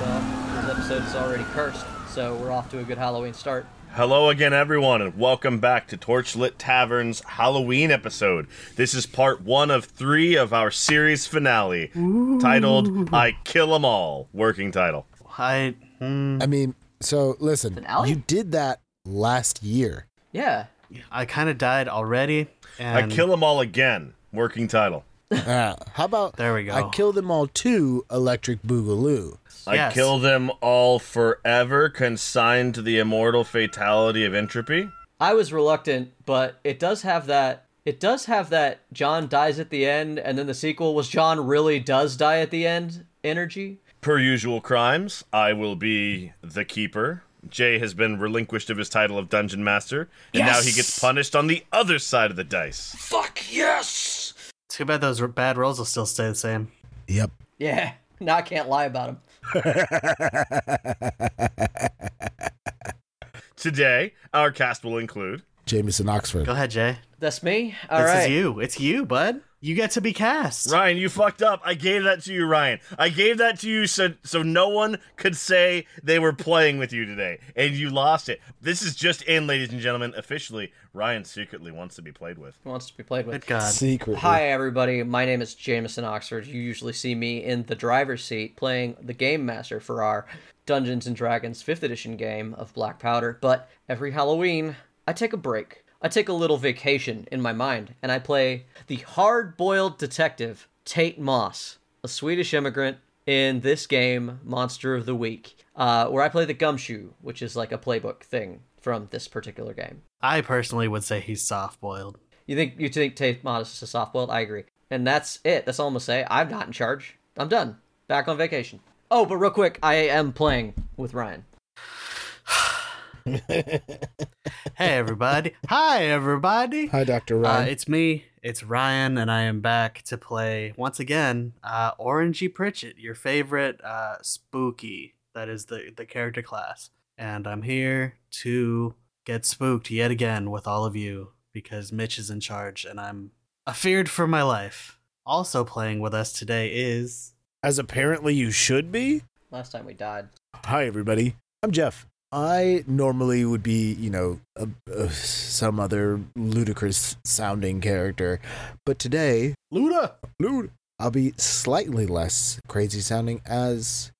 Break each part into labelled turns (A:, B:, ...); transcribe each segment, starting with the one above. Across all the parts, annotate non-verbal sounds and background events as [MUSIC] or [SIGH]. A: well, this episode is already cursed, so we're off to a good Halloween start.
B: Hello again, everyone, and welcome back to Torchlit Tavern's Halloween episode. This is part one of three of our series finale, titled "I Kill 'Em All." Working title.
C: I
D: I mean, so listen,
A: Finale?
D: you did that last year.
A: Yeah.
C: I kind of died already. And
B: "I Kill 'Em All Again." Working title.
D: Uh, how about
C: There we go.
D: I kill them all too, Electric Boogaloo.
B: I
C: Yes.
B: kill them all forever, consigned to the immortal fatality of entropy.
A: I was reluctant, but it does have that. It does have that John dies at the end, and then the sequel was John really does die at the end energy.
B: Per usual crimes, I will be the keeper. Jay has been relinquished of his title of dungeon master, and now he gets punished on the other side of the dice.
C: Too bad those r- bad rolls will still stay the same.
D: Yep.
A: Yeah. [LAUGHS] Now I can't lie about him.
B: Today, our cast will include
D: Jameson Oxford.
C: Go ahead, Jay.
A: That's me. All right.
C: this is you. It's you, bud. You get to be cast.
B: Ryan. You fucked up. I gave that to you, Ryan. I gave that to you so so no one could say they were playing with you today, and you lost it. This is just in, ladies and gentlemen. Officially, Ryan secretly wants to be played with.
A: Who wants to be played with?
C: Good God.
D: Secretly.
A: Hi, everybody. My name is Jameson Oxford. You usually see me in the driver's seat playing the Game Master for our Dungeons and Dragons 5th edition game of Black Powder. But every Halloween, I take a break. I take a little vacation in my mind, and I play the hard boiled detective, Tate Moss, a Swedish immigrant in this game, Monster of the Week, uh, where I play the Gumshoe, which is like a playbook thing from this particular game.
C: I personally would say he's soft boiled.
A: You think you think Tate Modest is a softball? I agree. And that's it. That's all I'm gonna say. I'm not in charge. I'm done. Back on vacation. Oh, but real quick, I am playing with Ryan.
C: Hey, everybody. Hi, everybody.
D: Hi, Dr.
C: Uh,
D: Ryan.
C: it's me. It's Ryan, and I am back to play once again uh, Orangey Pritchett, your favorite uh, spooky. That is the the character class, and I'm here to get spooked yet again with all of you because Mitch is in charge, and I'm afeared for my life. Also playing with us today is
D: As apparently you should be.
A: Last time we died.
D: Hi, everybody. I'm Jeff. I normally would be, you know, a, a, some other ludicrous sounding character, but today,
C: Luda.
D: Lude, I'll be slightly less crazy sounding as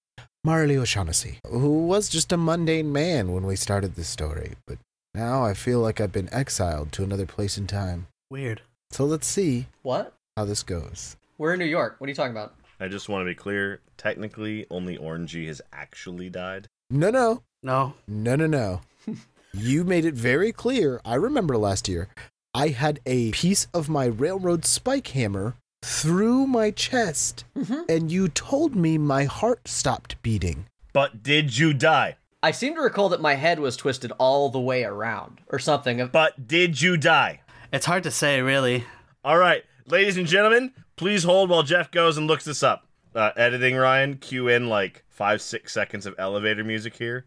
D: Marley O'Shaughnessy, who was just a mundane man when we started this story, but now I feel like I've been exiled to another place in time.
C: Weird.
D: So let's see
A: What?
D: how this goes.
A: We're in New York. What are you talking about?
B: I just want to be clear. Technically, only Orangey has actually died.
D: No, no,
C: No.
D: no, no, no. you made it very clear. I remember last year, I had a piece of my railroad spike hammer through my chest, and you told me my heart stopped beating.
B: But did you die?
A: I seem to recall that my head was twisted all the way around or something. Of
B: But did you die?
C: It's hard to say, really.
B: All right, ladies and gentlemen, please hold while Jeff goes and looks this up. Uh, editing Ryan, cue in like five, six seconds of elevator music here.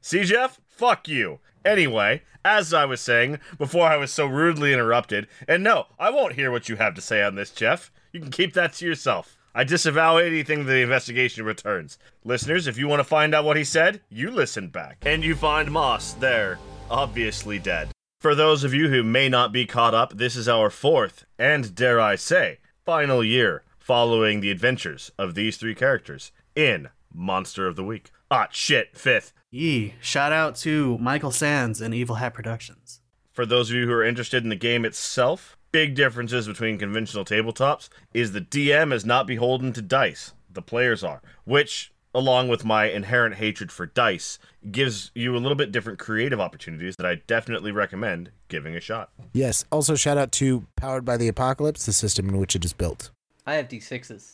B: See, Jeff? Fuck you. Anyway, as I was saying before I was so rudely interrupted, and no, I won't hear what you have to say on this, Jeff. You can keep that to yourself. I disavow anything the investigation returns. Listeners, if you want to find out what he said, you listen back. And you find Moss there, obviously dead. For those of you who may not be caught up, this is our fourth, and dare I say, final year following the adventures of these three characters in Monster of the Week. Ah, shit, fifth.
C: Yee. Shout out to Michael Sands and Evil Hat Productions.
B: For those of you who are interested in the game itself, big differences between conventional tabletops is the DM is not beholden to dice, the players are, which, along with my inherent hatred for dice, gives you a little bit different creative opportunities that I definitely recommend giving a shot.
D: Yes. Also, shout out to Powered by the Apocalypse, the system in which it is built.
A: I have D6s.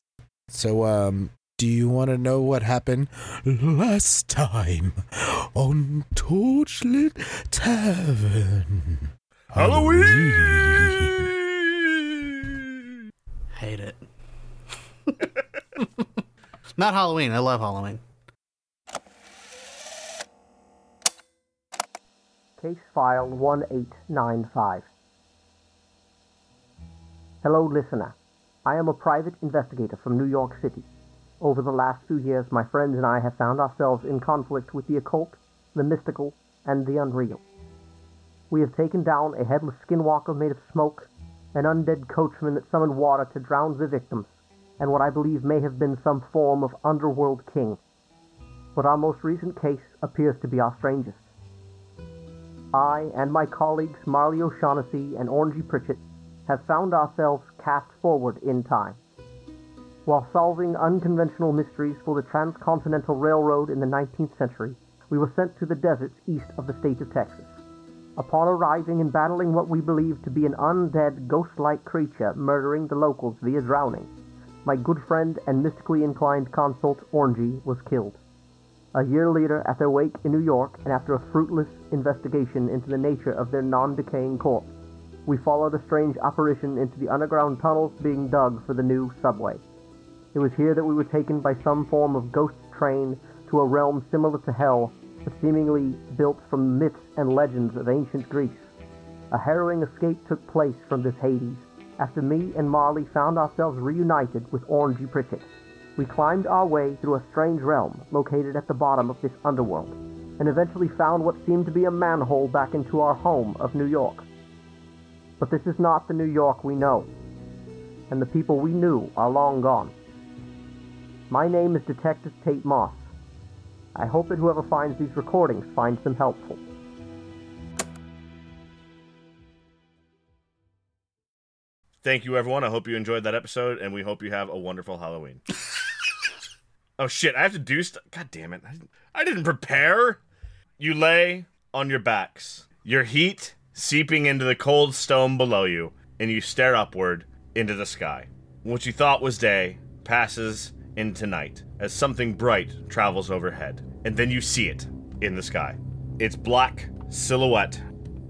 D: So, um, do you want to know what happened last time on Torchlit Tavern? [LAUGHS]
B: Halloween!
C: Hate it. [LAUGHS] Not Halloween. I love Halloween.
A: Case file 1895.
E: Hello, listener. I am a private investigator from New York City. Over the last few years, my friends and I have found ourselves in conflict with the occult, the mystical, and the unreal. We have taken down a headless skinwalker made of smoke, an undead coachman that summoned water to drown the victims, and what I believe may have been some form of underworld king. But our most recent case appears to be our strangest. I and my colleagues Marley O'Shaughnessy and Orangey Pritchett have found ourselves cast forward in time. While solving unconventional mysteries for the Transcontinental Railroad in the 19th century, we were sent to the deserts east of the state of Texas. Upon arriving and battling what we believe to be an undead, ghost like creature murdering the locals via drowning, my good friend and mystically inclined consort Orangey was killed. A year later, at their wake in New York, and after a fruitless investigation into the nature of their non decaying corpse, we followed a strange apparition into the underground tunnels being dug for the new subway. It was here that we were taken by some form of ghost train to a realm similar to hell, but seemingly built from myths and legends of ancient Greece. A harrowing escape took place from this Hades after me and Marley found ourselves reunited with Orangey Pritchett. We climbed our way through a strange realm located at the bottom of this underworld, and eventually found what seemed to be a manhole back into our home of New York. But this is not the New York we know, and the people we knew are long gone. My name is Detective Tate Moss. I hope that whoever finds these recordings finds them helpful.
B: Thank you, everyone. I hope you enjoyed that episode, and we hope you have a wonderful Halloween. oh shit! I have to do stuff. God damn it! I didn't, I didn't prepare. You lay on your backs, your heat seeping into the cold stone below you, and you stare upward into the sky. What you thought was day passes into night as something bright travels overhead, and then you see it in the sky. Its black silhouette,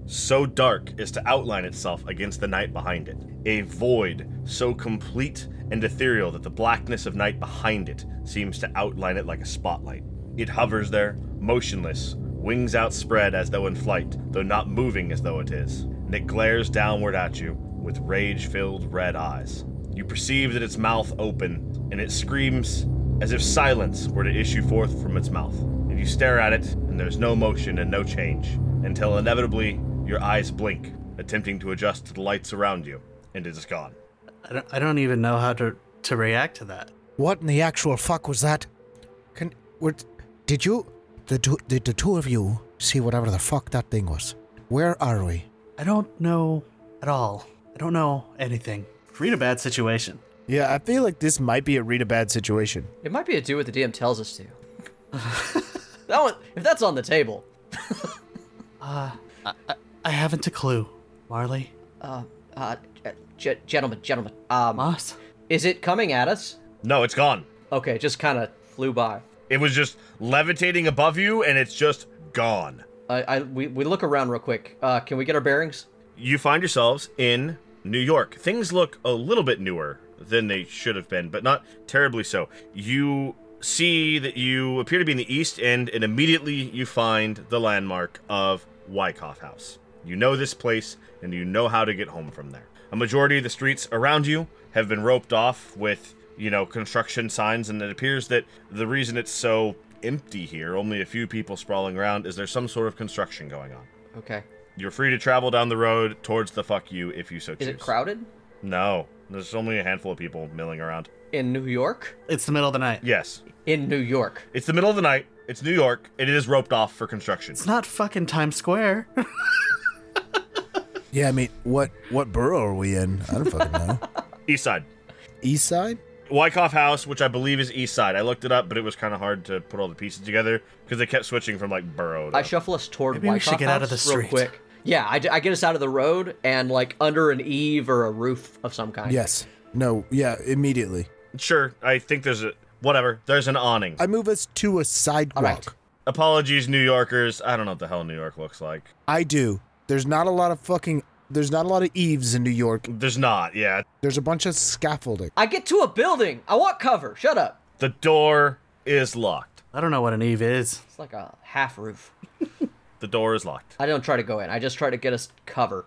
B: so dark as to outline itself against the night behind it. A void so complete and ethereal that the blackness of night behind it seems to outline it like a spotlight. It hovers there, motionless, wings outspread as though in flight, though not moving as though it is, and it glares downward at you with rage filled red eyes. You perceive that its mouth open, and it screams as if silence were to issue forth from its mouth. And you stare at it, and there's no motion and no change, until inevitably your eyes blink, attempting to adjust to the lights around you, and it is gone.
C: I don't, I don't even know how to, to react to that.
D: What in the actual fuck was that? Can what? Did you, the two, did the two of you see whatever the fuck that thing was? Where are we?
C: I don't know at all. I don't know anything. Read a bad situation.
D: Yeah, I feel like this might be a read a bad situation.
A: It might be to do what the DM tells us to. [LAUGHS] that one, if that's on the table.
C: I, I, I haven't a clue. Marley?
A: Uh, uh, g- gentlemen, gentlemen. Um,
C: Moss?
A: is it coming at us?
B: No, it's gone.
A: Okay, just kind of flew by.
B: It was just levitating above you, and it's just gone.
A: I, I, we, we look around real quick. Uh, can we get our bearings?
B: you find yourselves in New York. Things look a little bit newer than they should have been, but not terribly so. You see that you appear to be in the East End, and immediately you find the landmark of Wyckoff House. You know this place, and you know how to get home from there. A majority of the streets around you have been roped off with, you know, construction signs, and it appears that the reason it's so empty here, only a few people sprawling around, is there's some sort of construction going on.
A: Okay.
B: You're free to travel down the road towards the fuck you if you so
A: Is
B: choose.
A: it crowded?
B: No. There's only a handful of people milling around.
A: In New York?
C: It's the middle of the night.
B: Yes.
A: In New York.
B: It's the middle of the night. It's New York. and It is roped off for construction.
C: It's not fucking Times Square. [LAUGHS]
D: Yeah, I mean, what what borough are we in? I don't fucking know.
B: East side.
D: [LAUGHS] East side?
B: Wyckoff House, which I believe is east side. I looked it up, but it was kind of hard to put all the pieces together because they kept switching from like borough to.
A: I shuffle us toward
C: Maybe we should
A: Wyckoff
C: get out of
A: House
C: the
A: real
C: street.
A: quick. Yeah, I, d- I get us out of the road and like under an eave or a roof of some kind.
D: Yes. No. Yeah. Immediately.
B: sure. I think there's a. Whatever. There's an awning.
D: I move us to a sidewalk.
A: right.
B: Apologies, New Yorkers. I don't know what the hell New York looks like.
D: I do. There's not a lot of fucking. There's not a lot of eaves in New York.
B: There's not, yeah.
D: There's a bunch of scaffolding.
A: I get to a building. I want cover. Shut up.
B: The door is locked.
C: I don't know what an Eve is.
A: It's like a half roof.
B: The door is locked.
A: I don't try to go in. I just try to get us cover.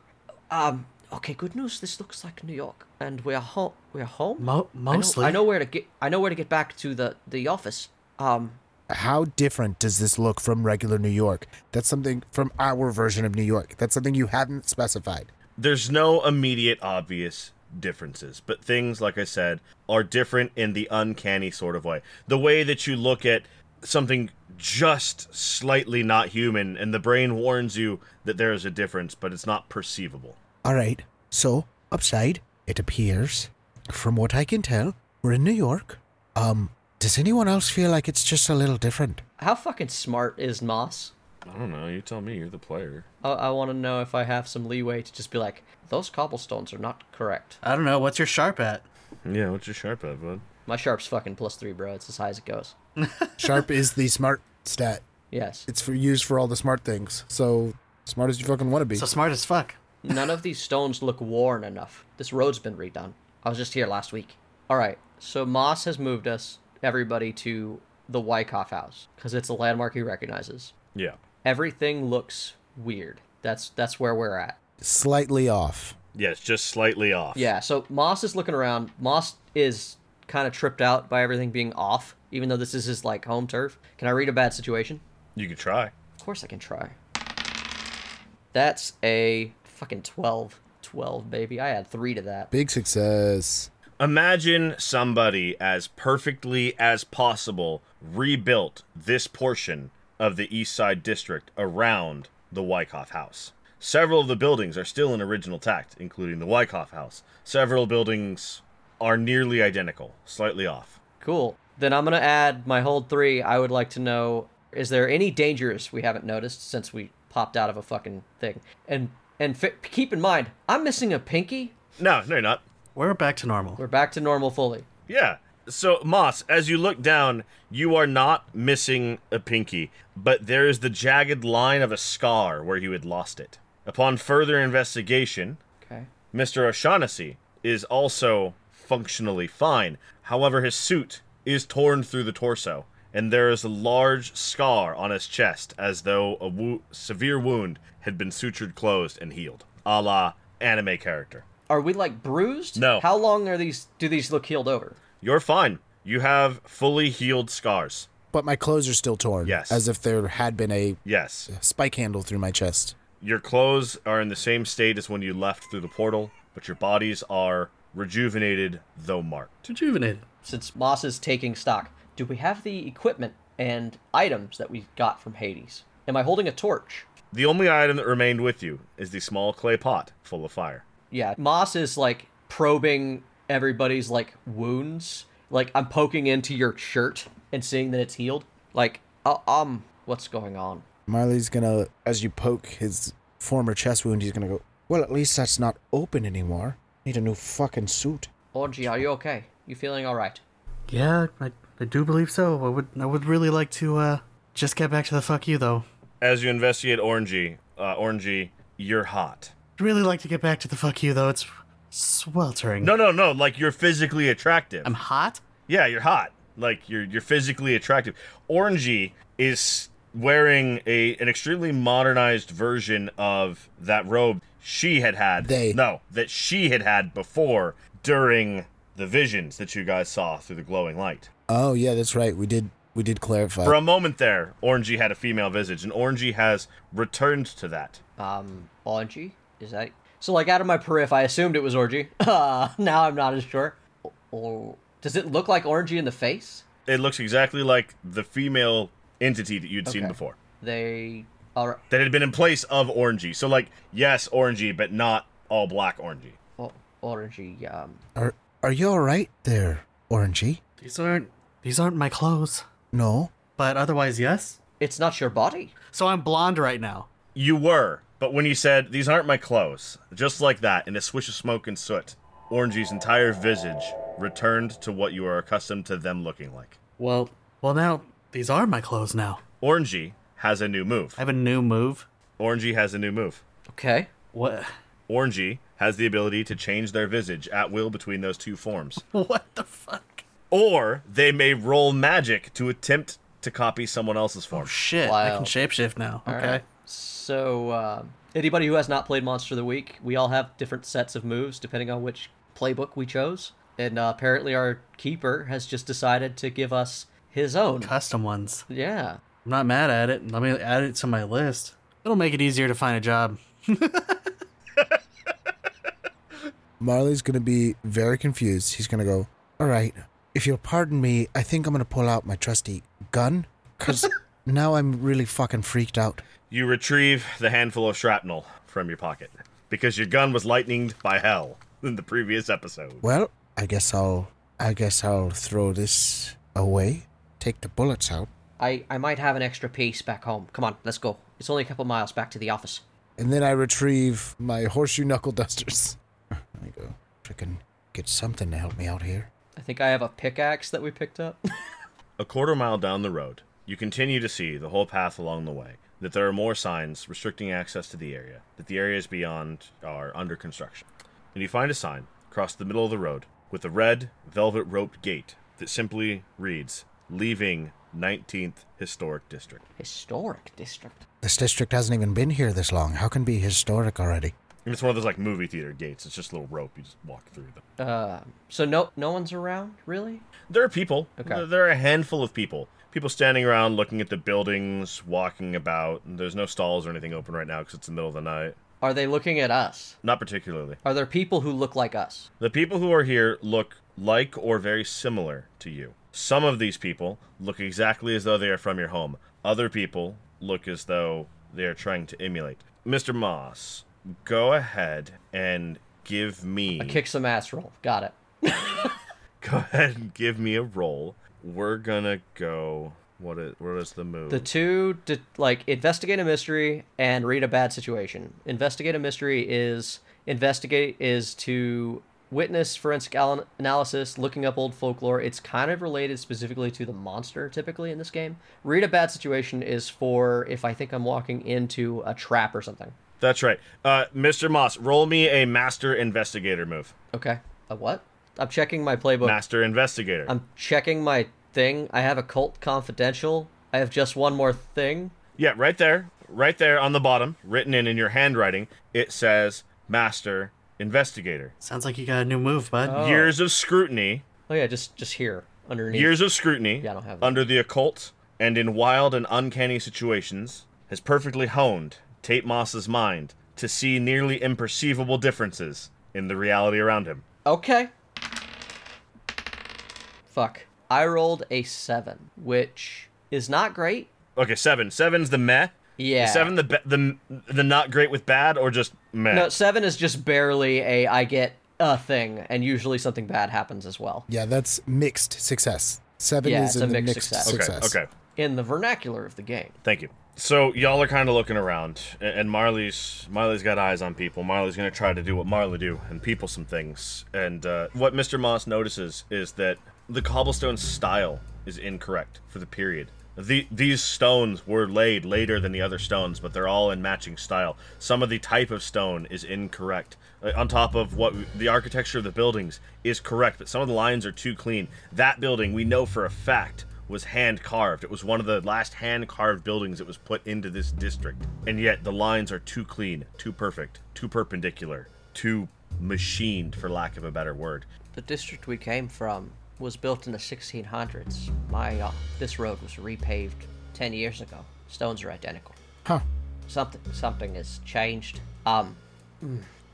A: Um, Okay, good news. This looks like New York, and we are home. We are home.
C: Mo-
A: I know-
C: mostly.
A: I know, where to get. I know where to get back to the the office. Um,
D: How different does this look from regular New York? That's something from our version of New York. That's something you haven't specified.
B: There's no immediate obvious differences, but things, like I said, are different in the uncanny sort of way. The way that you look at something just slightly not human, and the brain warns you that there is a difference, but it's not perceivable.
D: All right. So, upside, it appears, from what I can tell, we're in New York. Um, does anyone else feel like it's just a little different?
A: how fucking smart is Moss?
B: I don't know. You tell me. You're the player.
A: I, I want to know if I have some leeway to just be like, those cobblestones are not correct.
C: I don't know. What's your sharp at?
B: Yeah, what's your sharp at, bud?
A: My sharp's fucking plus three, bro. It's as high as it goes.
D: Sharp is the smart stat. [LAUGHS]
A: Yes.
D: It's for used for all the smart things. So smart as you fucking want to be.
C: So smart as fuck.
A: None of these stones look worn enough. This road's been redone. I was just here last week. All right, so Moss has moved us, everybody, to the Wyckoff house because it's a landmark he recognizes.
B: Yeah.
A: Everything looks weird. That's that's where we're at.
D: Slightly off.
B: Yes, just slightly off.
A: Yeah. So Moss is looking around. Moss is kind of tripped out by everything being off, even though this is his like home turf. Can I read a bad situation?
B: You could try.
A: Of course I can try. That's a fucking 12. 12, baby. I had three to that.
D: Big success.
B: Imagine somebody as perfectly as possible rebuilt this portion of the East Side District around the Wyckoff House. Several of the buildings are still in original tact, including the Wyckoff House. Several buildings are nearly identical, slightly off.
A: Cool. Then I'm gonna add my hold three. I would like to know: is there any dangers we haven't noticed since we popped out of a fucking thing? And and fi- keep in mind, I'm missing a pinky.
B: No, no, you're not.
C: We're back to normal.
A: We're back to normal fully.
B: Yeah. So, Moss, as you look down, you are not missing a pinky, but there is the jagged line of a scar where you had lost it. Upon further investigation,
A: Okay.
B: Mr. O'Shaughnessy is also functionally fine. However, his suit is torn through the torso, and there is a large scar on his chest as though a wo- severe wound had been sutured closed and healed, a la anime character.
A: Are we like bruised?
B: No.
A: How long are these? Do these look healed over?
B: You're fine. You have fully healed scars.
D: But my clothes are still torn.
B: Yes.
D: As if there had been a
B: Yes.
D: spike handle through my chest.
B: Your clothes are in the same state as when you left through the portal, but your bodies are rejuvenated, though marked.
C: Rejuvenated.
A: Since Moss is taking stock, do we have the equipment and items that we got from Hades? Am I holding a torch?
B: The only item that remained with you is the small clay pot full of fire.
A: Yeah, Moss is like probing everybody's like wounds. Like I'm poking into your shirt and seeing that it's healed. Like, uh, um, what's going on?
D: Marley's gonna, as you poke his former chest wound, he's gonna go, Well, at least that's not open anymore. Need a new fucking suit.
A: Orgy, are you okay? You feeling all right?
C: Yeah, I, I do believe so. I would I would really like to uh just get back to the fuck you though.
B: As you investigate Orangey, uh, Orangey, you're hot.
C: I'd really like to get back to the fuck you though. It's sweltering.
B: No, no, no. Like you're physically attractive.
C: I'm hot.
B: Yeah, you're hot. Like you're you're physically attractive. Orangey is wearing a an extremely modernized version of that robe she had had.
D: They-
B: no, that she had had before during the visions that you guys saw through the glowing light.
D: Oh, yeah, that's right. We did, we did clarify.
B: For a moment there, Orangey had a female visage, and Orangey has returned to that.
A: Um, orgy? Is that so? Like out of my periph, I assumed it was orgy. [LAUGHS] Uh, now I'm not as sure. Or does it look like orgy in the face?
B: It looks exactly like the female entity that you'd seen
A: Okay.
B: before.
A: They are.
B: That had been in place of Orangey. So like, yes, Orangey, but not all black Orangey.
A: o- Orgy. Um,
D: Are, are you alright there, Orangey?
C: These aren't these aren't my clothes.
D: No?
C: But otherwise, yes.
A: it's not your body.
C: So I'm blonde right now.
B: You were, but when you said, These aren't my clothes, just like that, in a swish of smoke and soot, Orangey's entire visage returned to what you are accustomed to them looking like.
C: Well, well now these are my clothes now.
B: Orangey has a new move.
C: I have a new move.
B: Orangey has a new move.
A: Okay.
C: What?
B: Orangey has the ability to change their visage at will between those two forms.
C: [LAUGHS] What the fuck?
B: Or they may roll magic to attempt to copy someone else's form.
C: Shit! I can
A: Wild.
C: shapeshift now.
A: All
C: okay.
A: right. So, um Anybody who has not played Monster of the Week, we all have different sets of moves depending on which playbook we chose. And uh, apparently, our keeper has just decided to give us his own.
C: Custom ones.
A: Yeah.
C: I'm not mad at it. Let me add it to my list. It'll make it easier to find a job.
D: Marley's going to be very confused. He's going to go, All right, if you'll pardon me, I think I'm going to pull out my trusty gun
A: [LAUGHS]
D: because now I'm really fucking freaked out.
B: You retrieve the handful of shrapnel from your pocket because your gun was lightninged by hell in the previous episode.
D: Well, I guess I'll. I guess I'll throw this away. Take the bullets out.
A: I, I might have an extra piece back home. Come on, let's go. It's only a couple miles back to the office.
D: And then I retrieve my horseshoe knuckle [LAUGHS] dusters. I go, if I can get something to help me out here.
A: I think I have a pickaxe that we picked up. [LAUGHS]
B: A quarter mile down the road, you continue to see the whole path along the way that there are more signs restricting access to the area, that the areas beyond are under construction. And you find a sign across the middle of the road with a red velvet roped gate that simply reads, Leaving 19th Historic District.
A: Historic district.
D: This district hasn't even been here this long. How can it be historic already?
B: And it's one of those like movie theater gates. It's just a little rope. You just walk through them.
A: Uh, so no no one's around, really?
B: There are people.
A: Okay.
B: There- There are a handful of people. People standing around looking at the buildings, walking about. And there's no stalls or anything open right now because it's the middle of the night.
A: Are they looking at us?
B: Not particularly.
A: Are there people who look like us?
B: The people who are here look like or very similar to you. Some of these people look exactly as though they are from your home. Other people look as though they are trying to emulate. Mr. Moss, go ahead and give me
A: A kick some ass roll. Got it.
B: [LAUGHS] Go ahead and give me a roll. We're gonna go. What is what is the move?
A: The two, de- like, investigate a mystery and read a bad situation. Investigate a mystery is investigate is to witness forensic al- analysis, looking up old folklore. It's kind of related specifically to the monster, typically in this game. Read a bad situation is for if I think I'm walking into a trap or something.
B: That's right. Uh, Mr. Moss, roll me a master investigator move.
A: Okay, a what? I'm checking my playbook.
B: Master investigator.
A: I'm checking my thing. I have a cult confidential. I have just one more thing.
B: yeah, right there, right there on the bottom, written in in your handwriting. It says master investigator.
C: Sounds like you got a new move, bud.
A: Oh.
B: Years of scrutiny.
A: Oh yeah, just just here underneath.
B: Years of scrutiny
A: Yeah, I don't have that.
B: under the occult and in wild and uncanny situations has perfectly honed Tate Moss's mind to see nearly imperceivable differences in the reality around him.
A: Okay. Fuck. I rolled a seven, which is not great.
B: Okay, seven. Seven's the meh.
A: Yeah.
B: Is Seven the be- the the not great with bad or just meh.
A: No, seven is just barely a I get a thing, and usually something bad happens as well.
D: Yeah, that's mixed success. Seven
A: Yeah,
D: is
A: it's a
D: in the
A: mixed
D: mixed
A: success.
D: success.
B: okay, okay.
A: In the vernacular of the game.
B: Thank you. So y'all are kind of looking around, a- and Marley's Marley's got eyes on people. Marley's gonna try to do what Marley do and people some things. And uh, what Mr. Moss notices is that the cobblestone style is incorrect for the period. The, these stones were laid later than the other stones, but they're all in matching style. Some of the type of stone is incorrect. Uh, On top of what the architecture of the buildings is correct, but some of the lines are too clean. That building we know for a fact was hand carved. It was one of the last hand carved buildings that was put into this district. And yet the lines are too clean, too perfect, too perpendicular, too machined, for lack of a better word.
A: The district we came from was built in the 1600s. My uh, this road was repaved 10 years ago. Stones are identical.
D: Huh.
A: Something something has changed. Um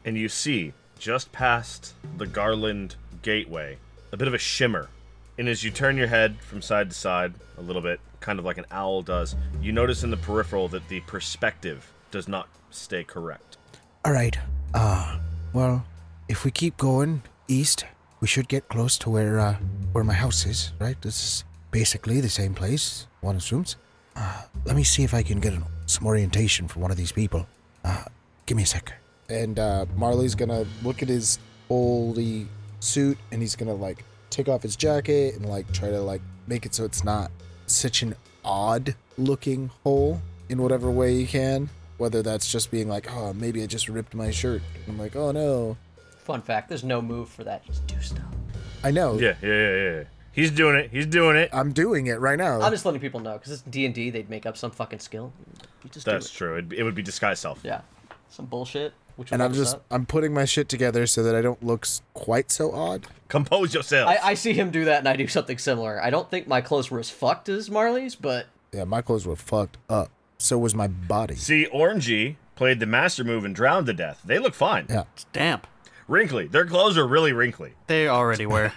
B: And you see, just past the Garland Gateway, a bit of a shimmer. And as you turn your head from side to side a little bit, kind of like an owl does, you notice in the peripheral that the perspective does not stay correct.
D: All right. Uh, well, if we keep going east, we should get close to where uh, where my house is, right? This is basically the same place, one assumes. Uh, let me see if I can get an, some orientation from one of these people. Uh, give me a sec. And uh, Marley's gonna look at his oldie suit, and he's gonna like take off his jacket and like try to like make it so it's not such an odd looking hole in whatever way he can. Whether that's just being like, oh, maybe I just ripped my shirt. I'm like, oh no.
A: fun fact, there's no move for that. Just do stuff.
D: I know.
B: Yeah, yeah, yeah, yeah. He's doing it. He's doing it.
D: I'm doing it right now.
A: I'm just letting people know cuz it's D&D, they'd make up some fucking skill. You just do
B: That's
A: it.
B: true. It'd be- It would be disguise self.
A: Yeah. some bullshit. Which
D: and
A: will
D: I'm
A: help us
D: just
A: out.
D: I'm putting my shit together so that I don't look s- quite so odd.
B: Compose yourself.
A: I, I see him do that, and I do something similar. I don't think my clothes were as fucked as Marley's, but
D: Yeah, my clothes were fucked up. So was my body.
B: See, Orangey played the master move and drowned to death. They look fine.
D: Yeah.
C: It's damp.
B: Wrinkly. Their clothes are really wrinkly.
C: They already [LAUGHS] were.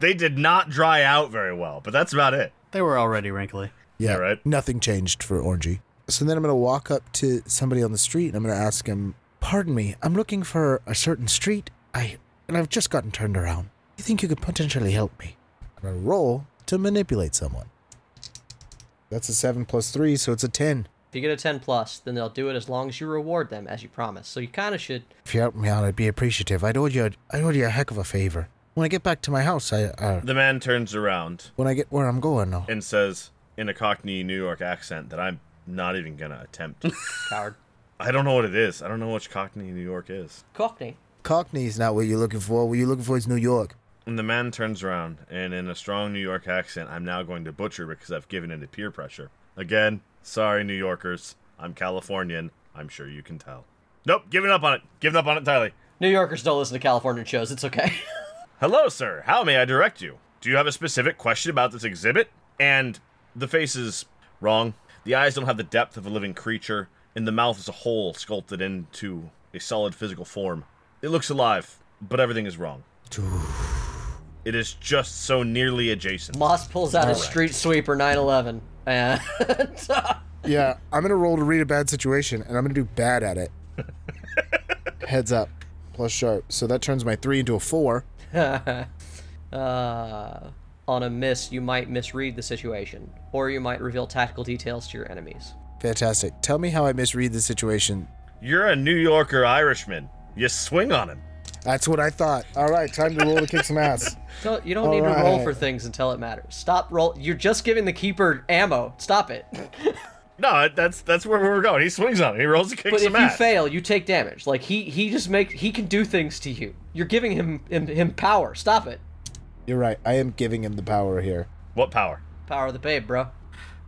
B: They did not dry out very well, but that's about it.
C: they were already wrinkly.
D: Yeah,
B: All right.
D: Nothing changed for Orangey. So then I'm gonna walk up to somebody on the street and I'm gonna ask him, "Pardon me, I'm looking for a certain street. I and I've just gotten turned around. You think you could potentially help me?" I'm gonna roll to manipulate someone. That's a seven plus three, so it's a ten.
A: if you get a ten plus, then they'll do it as long as you reward them as you promised. So you kind of should.
D: If you help me out, I'd be appreciative. I'd owe you. A, I'd owe you a heck of a favor. When I get back to my house, I uh,
B: The man turns around
D: when I get where I'm going, I'll,
B: and says in a Cockney New York accent that I'm not even gonna attempt.
A: Coward.
B: I don't know what it is. I don't know which Cockney New York is.
A: Cockney.
D: Cockney's not what you're looking for. What you're looking for is New York.
B: And the man turns around and in a strong New York accent, I'm now going to butcher because I've given in to peer pressure. Again, sorry, New Yorkers. I'm Californian. I'm sure you can tell. Nope, giving up on it. Giving up on it entirely.
A: New Yorkers don't listen to Californian shows. It's okay. [LAUGHS]
B: Hello, sir. How may I direct you? Do you have a specific question about this exhibit? And the face is wrong. The eyes don't have the depth of a living creature, and the mouth is a hole sculpted into a solid physical form. It looks alive, but everything is wrong. It is just so nearly adjacent.
A: Moss pulls out a street sweeper 911, and [LAUGHS]
D: Yeah, I'm gonna roll to read a bad situation, and I'm gonna do bad at it. Heads up, plus sharp. So that turns my three into a four.
A: uh, on a miss, you might misread the situation, or you might reveal tactical details to your enemies.
D: Fantastic. Tell me how I misread the situation.
B: You're a New Yorker Irishman. You swing on him.
D: That's what I thought. All right, time to roll to kick some ass.
A: Don't, you don't need to roll
D: Alright.
A: for things until it matters. Stop roll. You're just giving the keeper ammo. Stop it.
B: No, that's that's where we're going. He swings on him. He rolls a kick
A: But if
B: some
A: you
B: ass.
A: fail, you take damage. Like he he just make he can do things to you. You're giving him him, him power. Stop it.
D: You're right. I am giving him the power here.
B: what power? [LAUGHS]
A: Power of the babe, bro.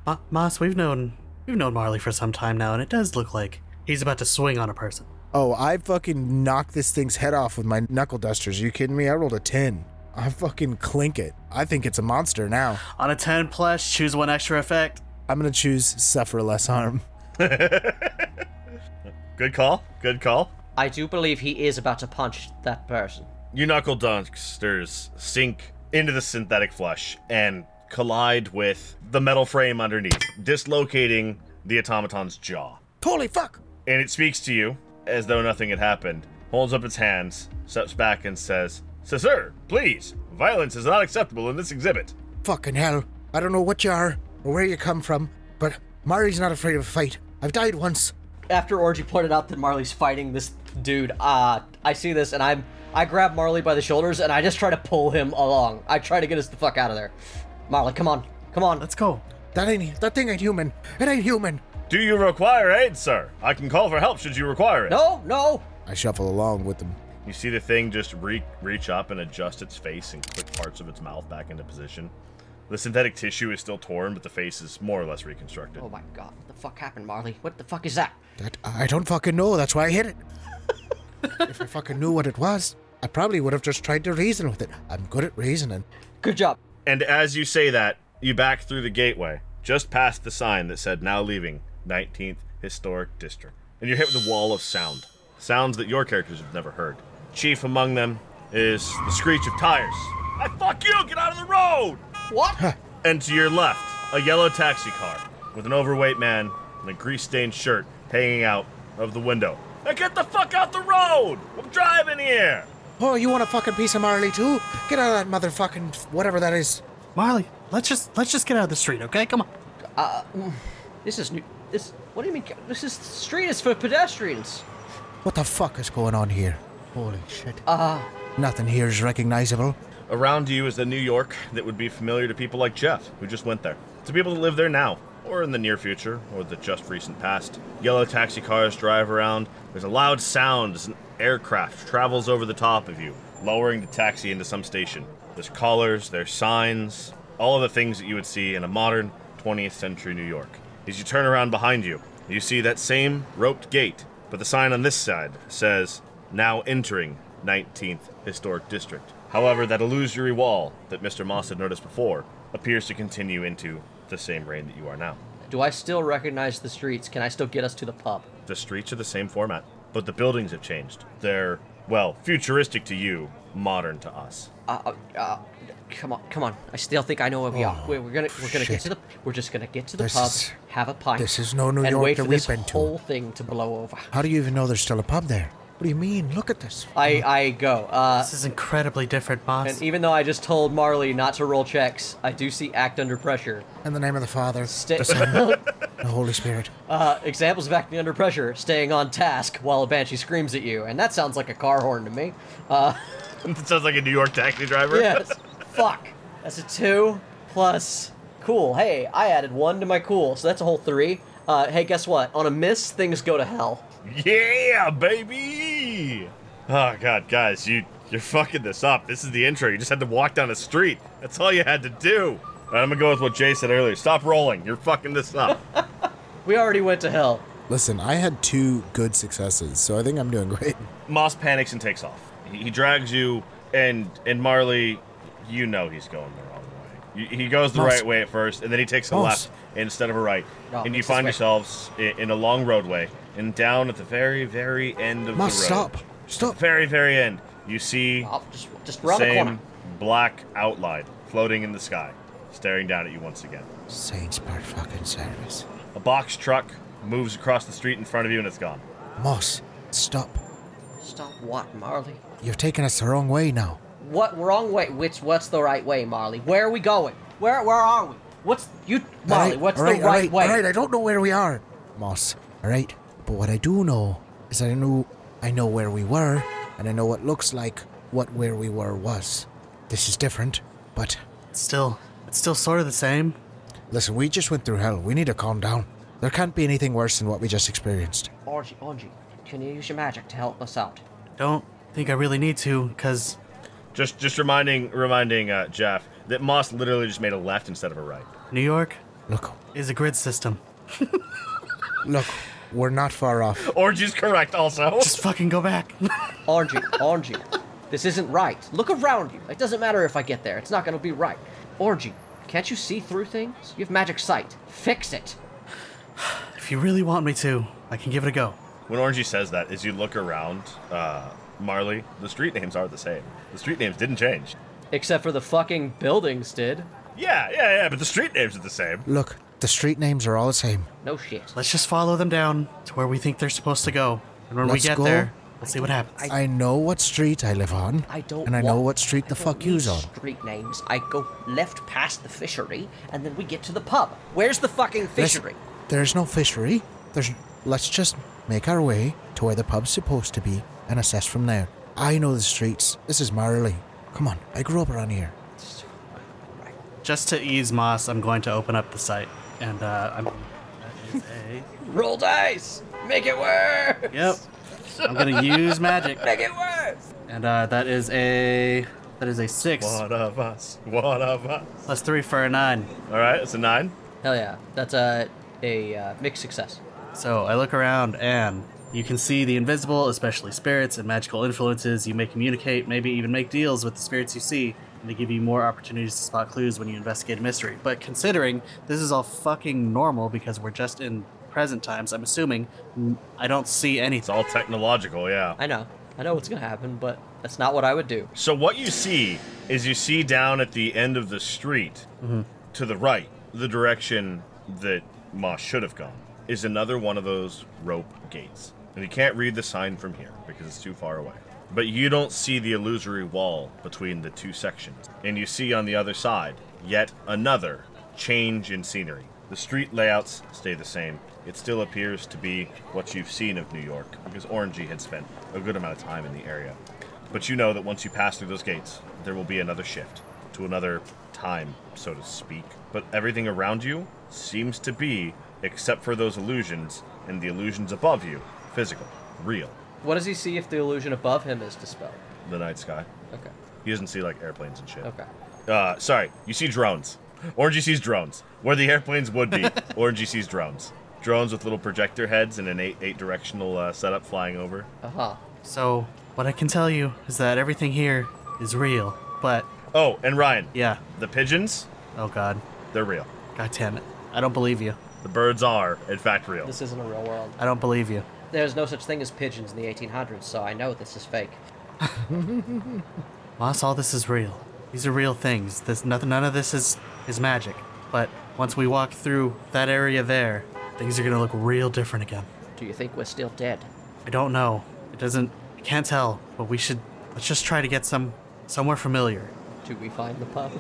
C: Ma- Moss, we've known we've known Marley for some time now, and it does look like he's about to swing on a person.
D: Oh, I fucking knocked this thing's head off with my knuckle dusters. you kidding me? I rolled a ten. I fucking clink it. I think it's a monster now.
C: On a ten plus, choose one extra effect.
D: I'm gonna choose suffer less harm.
B: Good call. Good call.
A: I do believe he is about to punch that person.
B: You knuckle dunksters sink into the synthetic flesh and collide with the metal frame underneath, dislocating the automaton's jaw.
D: [LAUGHS] Holy fuck!
B: And it speaks to you as though nothing had happened, holds up its hands, steps back, and says, "Sir, Sir, please, violence is not acceptable in this exhibit.
D: Fucking hell. I don't know what you are or where you come from, but Mari's not afraid of a fight. I've died once.
A: After Orgy pointed out that Marley's fighting this dude, ah, I see this and I'm I grab Marley by the shoulders and I just try to pull him along. I try to get us the fuck out of there. Marley, come on, come on.
C: Let's go.
D: That ain't that thing ain't human. It ain't human.
B: Do you require aid, sir? I can call for help should you require it.
A: No, no.
D: I shuffle along with them.
B: You see the thing just re- reach up and adjust its face and click parts of its mouth back into position. The synthetic tissue is still torn, but the face is more or less reconstructed.
A: Oh my god, what the fuck happened, Marley? What the fuck is that?
D: That I don't fucking know, that's why I [LAUGHS] hit it. if I fucking knew what it was, I probably would have just tried to reason with it. I'm good at reasoning.
A: Good job.
B: And as you say that, you back through the gateway, just past the sign that said now leaving 19th Historic District. And you're hit with a wall of sound. Sounds that your characters have never heard. Chief among them is the screech of tires. I fuck you, get out of the road!
A: What?
B: And to your left, a yellow taxi car with an overweight man in a grease stained shirt hanging out of the window. Now get the fuck out the road! I'm driving here!
D: Oh, you want a fucking piece of Marley too? Get out of that motherfucking whatever that is.
C: Marley, let's just let's just get out of the street, okay? Come on.
A: This is new. This. What do you mean? This is the street is for pedestrians.
D: What the fuck is going on here? Holy shit. Ah.
A: Uh-huh.
D: Nothing here is recognizable.
B: Around you is the New York that would be familiar to people like Jeff, who just went there. To people that live there now, or in the near future, or the just recent past. Yellow taxi cars drive around. There's a loud sound as an aircraft travels over the top of you, lowering the taxi into some station. There's collars, there's signs, all of the things that you would see in a modern 20th century New York. As you turn around behind you, you see that same roped gate but the sign on this side says, now entering 19th Historic District. However, that illusory wall that Mr. Moss had noticed before appears to continue into the same rain that you are now.
A: Do I still recognize the streets? Can I still get us to the pub?
B: The streets are the same format, but the buildings have changed. They're, well, futuristic to you, modern to us. [LAUGHS]
A: Uh, uh, uh, come on, come on. I still think I know where we are. We're, we're gonna, we're gonna get
D: Oh, shit.
A: to the. We're just gonna get to the
D: This
A: pub,
D: is-
A: have a pint.
D: this is no New
A: and
D: York
A: wait
D: that
A: for
D: we've
A: this
D: been to.
A: whole thing to blow over.
D: How do you even know there's still a pub there? What do you mean? Look at this.
A: I, I go. Uh,
C: This is incredibly different, boss.
A: and even though I just told Marley not to roll checks, I do see act under pressure.
D: In the name of the Father,
A: Stay-
D: the Son, the Holy Spirit.
A: [LAUGHS] Uh, examples of acting under pressure: staying on task while a banshee screams at you, and that sounds like a car horn to me. Uh,
B: That sounds like a New York taxi driver.
A: yes. Fuck. That's a two plus cool. Hey, I added one to my cool, so that's a whole three. Uh, hey, guess what? On a miss, things go to hell.
B: Yeah, baby. Oh god, guys, you you're fucking this up. This is the intro. You just had to walk down a street. That's all you had to do. All right, I'm gonna go with what Jay said earlier. Stop rolling. You're fucking this up.
A: We already went to hell.
D: Listen, I had two good successes, so I think I'm doing great. [LAUGHS]
B: Moss panics and takes off. He, he drags you and and Marley. You know he's going the wrong way. You, he goes the
D: Moss.
B: right way at first, and then he takes a
D: Moss.
B: left instead of a right,
A: No,
B: and you
A: it's this
B: find
A: way.
B: yourselves in, in a long roadway. And down at the very, very end of
D: Moss,
B: the road,
D: stop. Stop.
B: the very, very end, you see
A: I'll Oh, just just round the corner.
B: same black outline floating in the sky, staring down at you once again.
D: Saints per fucking service.
B: A box truck moves across the street in front of you and it's gone.
D: Moss, stop.
A: Stop what, Marley?
D: You're taking us the wrong way now.
A: What wrong way? Which what's the right way, Marley? Where are we going? Where where are we? What's you, Marley?
D: Alright,
A: what's
D: alright,
A: the right,
D: alright,
A: way?
D: Alright, I don't know where we are. Moss, alright. But what I do know is I know I know where we were, and I know what looks like what where we were was. This is different, but
C: It's still, it's still sort of the same.
D: listen, we just went through hell. We need to calm down. There can't be anything worse than what we just experienced.
A: Orgy, orgy. Can you use your magic to help us out?
C: Don't think I really need to, cause
B: Just just reminding reminding uh, Jeff that Moss literally just made a left instead of a right.
C: New York
D: Look,
C: is a grid system.
D: look, we're not far off.
B: Orgy's correct also.
C: Just fucking go back. [LAUGHS]
A: Orgy, orgy. This isn't right. Look around you. It doesn't matter if I get there. It's not gonna be right. Orgy, can't you see through things? You have magic sight. Fix it.
C: if you really want me to, I can give it a go.
B: When Orgy says that, as you look around, uh, Marley, the street names are the same. The street names didn't change.
A: Except for the fucking buildings did.
B: Yeah, yeah, yeah, but the street names are the same.
D: Look, the street names are all the same.
A: No shit.
C: Let's just follow them down to where we think they're supposed to go, and when
D: Let's
C: we get
D: go.
C: there, we'll see what happens.
D: I know what street I live on,
A: I don't.
D: and I know
A: want-
D: what street
A: I
D: the
A: don't
D: fuck
A: need
D: you's on.
A: Street names. I go left past the fishery, and then we get to the pub. Where's the fucking
D: Let's-
A: fishery?
D: there's no fishery. There's. Let's just make our way to where the pub's supposed to be and assess from there. I know the streets. This is Marley. Come on, I grew up around here.
A: Right.
C: just to ease Moss, I'm going to open up the site, and uh, I'm. That is a.
A: Roll dice. Make it worse.
C: Yep. I'm gonna use magic,
A: Make it worse.
C: and uh, that is a. That is a six
B: One of us. One of us.
C: plus three for a nine.
B: All right, it's a nine.
A: Hell yeah. That's a a uh, mixed success.
C: So I look around and you can see the invisible, especially spirits and magical influences. You may communicate, maybe even make deals with the spirits you see, and they give you more opportunities to spot clues when you investigate a mystery. But considering this is all fucking normal because we're just in present times, I'm assuming n- I don't see
B: It's
C: anything.
B: all technological, yeah.
A: I know. I know what's gonna happen, but that's not what I would do.
B: So what you see is you see down at the end of the street to the right, the direction that Ma should have gone, is another one of those rope gates. And you can't read the sign from here because it's too far away. But you don't see the illusory wall between the two sections. And you see on the other side yet another change in scenery. The street layouts stay the same. It still appears to be what you've seen of New York because Orangey had spent a good amount of time in the area. But you know that once you pass through those gates, there will be another shift to another time, so to speak. But everything around you seems to be, except for those illusions and the illusions above you, physical, real,
A: What does he see if the illusion above him is dispelled?
B: the night sky.
A: Okay.
B: He doesn't see like airplanes and shit.
A: Okay.
B: Uh, sorry, you see drones. Orangey sees drones. Where the airplanes would be, Orangey sees drones. drones with little projector heads and an eight eight directional uh, setup flying over.
A: Uh huh.
C: So, what I can tell you is that everything here is real. But,
B: Oh, and Ryan,
C: yeah.
B: the pigeons,
C: Oh, God.
B: they're real.
C: God damn it. I don't believe you.
B: The birds are, in fact, real.
A: This isn't a real world.
C: I don't believe you.
A: There's no such thing as pigeons in the 1800s, so I know this is fake.
C: Moss, all this is real. These are real things. This nothing. None of this is is magic. But once we walk through that area there, things are gonna look real different again.
A: Do you think we're still dead?
C: I don't know. It doesn't. I can't tell. But we should. Let's just try to get some somewhere familiar.
A: Do we find the pub?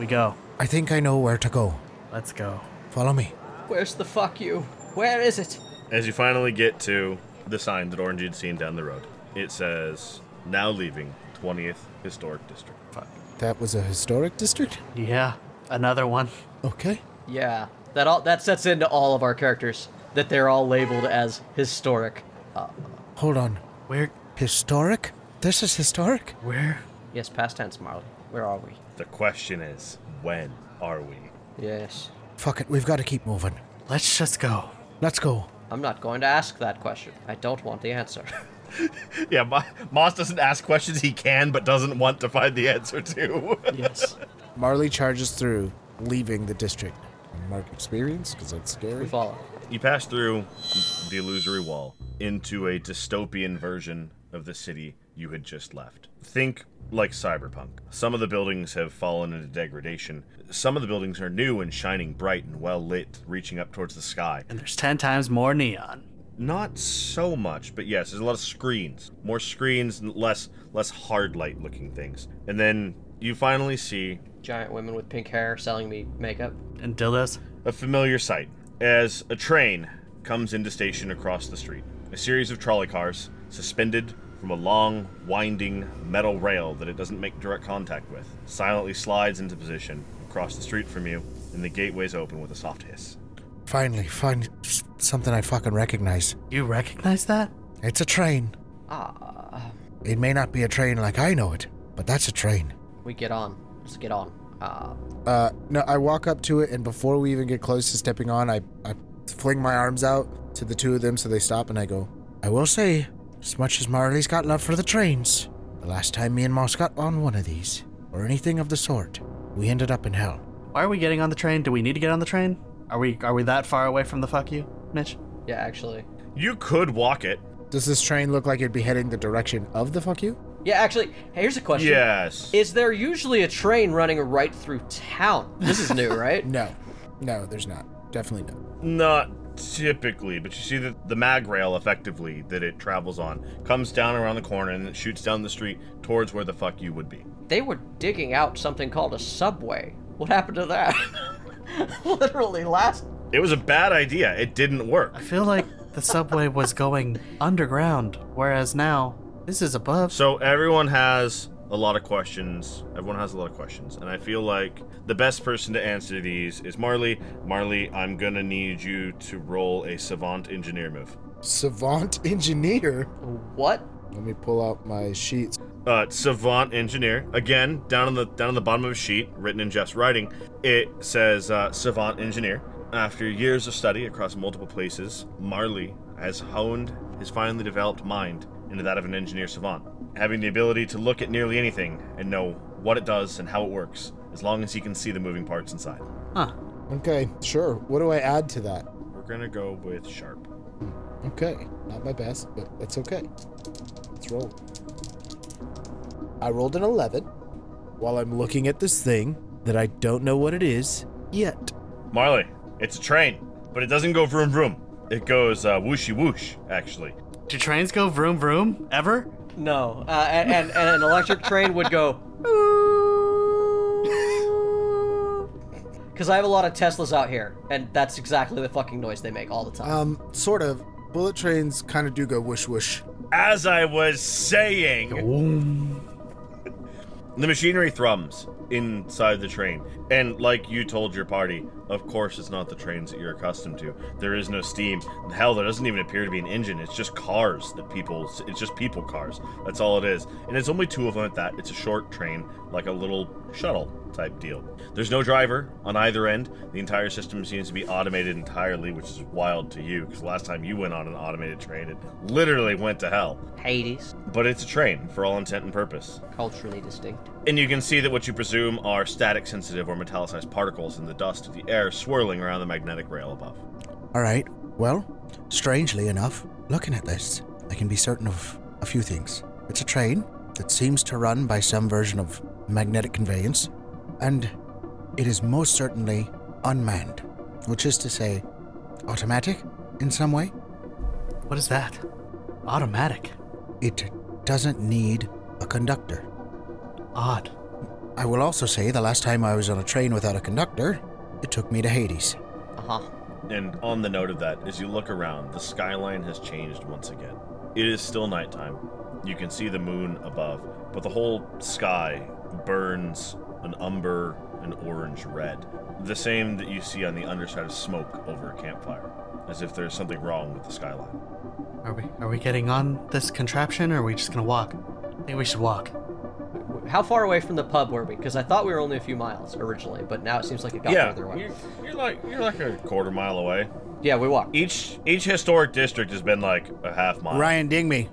C: We go.
D: I think I know where to go.
C: Let's go.
D: Follow me.
A: Where's the fuck you? Where is it?
B: As you finally get to the sign that Orange had seen down the road, it says, "Now leaving 20th Historic District."
C: Fuck.
D: That was a historic district?
C: Yeah. Another one.
D: Okay.
A: Yeah, that all that sets into all of our characters that they're all labeled as historic. Uh,
D: Hold on.
C: Where?
D: Historic? This is historic?
C: Where?
A: yes, past tense, Marley. Where are we?
B: The question is, when are we?
A: Yes.
D: Fuck it, we've got to keep moving.
C: Let's just go.
D: Let's go.
A: I'm not going to ask that question. I don't want the answer. [LAUGHS]
B: Yeah, Ma- Moss doesn't ask questions he can but doesn't want to find the answer [LAUGHS] to.
A: yes.
D: Marley charges through, leaving the district. Mark experience, because that's scary.
A: We follow.
B: You pass through the illusory wall into a dystopian version of the city you had just left. Think like cyberpunk. Some of the buildings have fallen into degradation. Some of the buildings are new and shining bright and well lit, reaching up towards the sky.
C: And there's ten times more neon.
B: Not so much, but yes, there's a lot of screens. More screens and less less hard light looking things. And then you finally see
A: Giant women with pink hair selling me makeup.
C: And dildos.
B: a familiar sight as a train comes into station across the street. A series of trolley cars suspended from a long, winding metal rail that it doesn't make direct contact with silently slides into position across the street from you, and the gateways open with a soft hiss.
D: Finally, find s- something I fucking recognize.
C: You recognize that?
D: It's a train.
A: Ah.
D: It may not be a train like I know it, but that's a train.
A: We get on. Let's get on. Uh,
D: Uh, no, I walk up to it, and before we even get close to stepping on, I, I fling my arms out to the two of them so they stop, and I go, I will say, as much as Marley's got love for the trains, the last time me and Moss got on one of these, or anything of the sort, we ended up in hell.
C: Why are we getting on the train? Do we need to get on the train? Are we are we that far away from the fuck you, Mitch?
A: yeah, actually.
B: You could walk it.
D: Does this train look like it'd be heading the direction of the fuck you?
A: Yeah, actually. Hey, here's a question.
B: Yes.
A: Is there usually a train running right through town? This is [LAUGHS] new, right?
D: No. No, there's not. Definitely not.
B: Not typically, but you see that the mag rail effectively that it travels on comes down around the corner and it shoots down the street towards where the fuck you would be.
A: They were digging out something called a subway. What happened to that? [LAUGHS] Literally last.
B: It was a bad idea. It didn't work.
C: I feel like the subway was going underground, whereas now this is above.
B: So everyone has a lot of questions. Everyone has a lot of questions, and I feel like the best person to answer these is Marley. Marley, I'm gonna need you to roll a savant engineer move.
D: Savant [LAUGHS] engineer.
A: What?
D: Let me pull out my sheets.
B: Uh, savant engineer again down on the down on the bottom of the sheet, written in Jeff's writing. It says uh, savant engineer. After years of study across multiple places, Marley has honed his finely developed mind into that of an engineer savant, having the ability to look at nearly anything and know what it does and how it works, as long as he can see the moving parts inside.
C: Huh.
D: Okay, sure. What do I add to that?
B: We're gonna go with sharp.
D: Okay, not my best, but that's okay. Let's roll. I rolled an 11 while I'm looking at this thing that I don't know what it is yet.
B: Marley, it's a train, but it doesn't go vroom vroom. It goes uh, whooshy whoosh, actually.
C: Do trains go vroom vroom ever?
A: No. Uh, and, and, and an electric train would go. Because I have a lot of Teslas out here, and that's exactly the fucking noise they make all the time.
D: Um, sort of. Bullet trains kind of do go whoosh whoosh.
B: As I was saying, The machinery thrums inside the train, and like you told your party, of course it's not the trains that you're accustomed to. There is no steam. Hell, there doesn't even appear to be an engine. It's just cars that people. It's just people cars. That's all it is. And it's only two of them at that. It's a short train, like a little shuttle type deal. There's no driver on either end. The entire system seems to be automated entirely, which is wild to you because last time you went on an automated train, it literally went to hell.
A: Uh. Hades,
B: But it's a train for all intent and purpose.
A: culturally distinct.
B: And you can see that what you presume are static sensitive or metallicized particles in the dust of the air swirling around the magnetic rail above.
F: All right. Well, strangely enough, looking at this, I can be certain of a few things. It's a train that seems to run by some version of magnetic conveyance, and it is most certainly unmanned, which is to say, automatic in some way.
C: What is that? Automatic.
F: It doesn't need a conductor.
C: Odd.
F: I will also say the last time I was on a train without a conductor, it took me to Hades.
A: Uh huh.
B: And on the note of that, as you look around, the skyline has changed once again. It is still nighttime. You can see the moon above, but the whole sky burns an umber and orange red, the same that you see on the underside of smoke over a campfire, as if there's something wrong with the skyline.
C: Are we are we getting on this contraption or are we just gonna walk? I think we should walk.
A: W- How far away from the pub were we? Because I thought we were only a few miles originally, but now it seems like it got
B: yeah,
A: further away.
B: you're, you're like you're like a quarter mile away.
A: Yeah, we walked.
B: Each each historic district has been like a half mile.
F: Ryan, ding me.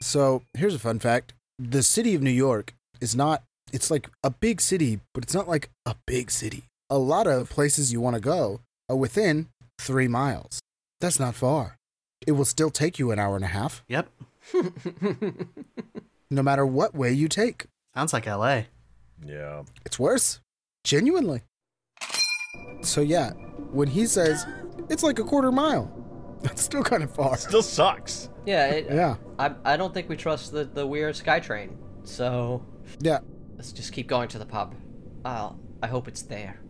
D: So here's a fun fact:
F: The city of New York
D: is not. It's like a big city, but it's not like a big city. A lot of places you want to go are within three miles. That's not far. It will still take you an hour and a half,
C: Yep.
D: no matter what way you take.
C: Sounds like LA.
B: Yeah.
D: It's worse. Genuinely. So yeah, when he says it's like a quarter mile, [LAUGHS] that's still kind of far.
B: Still sucks.
A: yeah, it,
D: Yeah.
A: I, I don't think we trust the, the weird SkyTrain, so
D: Yeah.
A: let's just keep going to the pub. I'll, I hope it's there.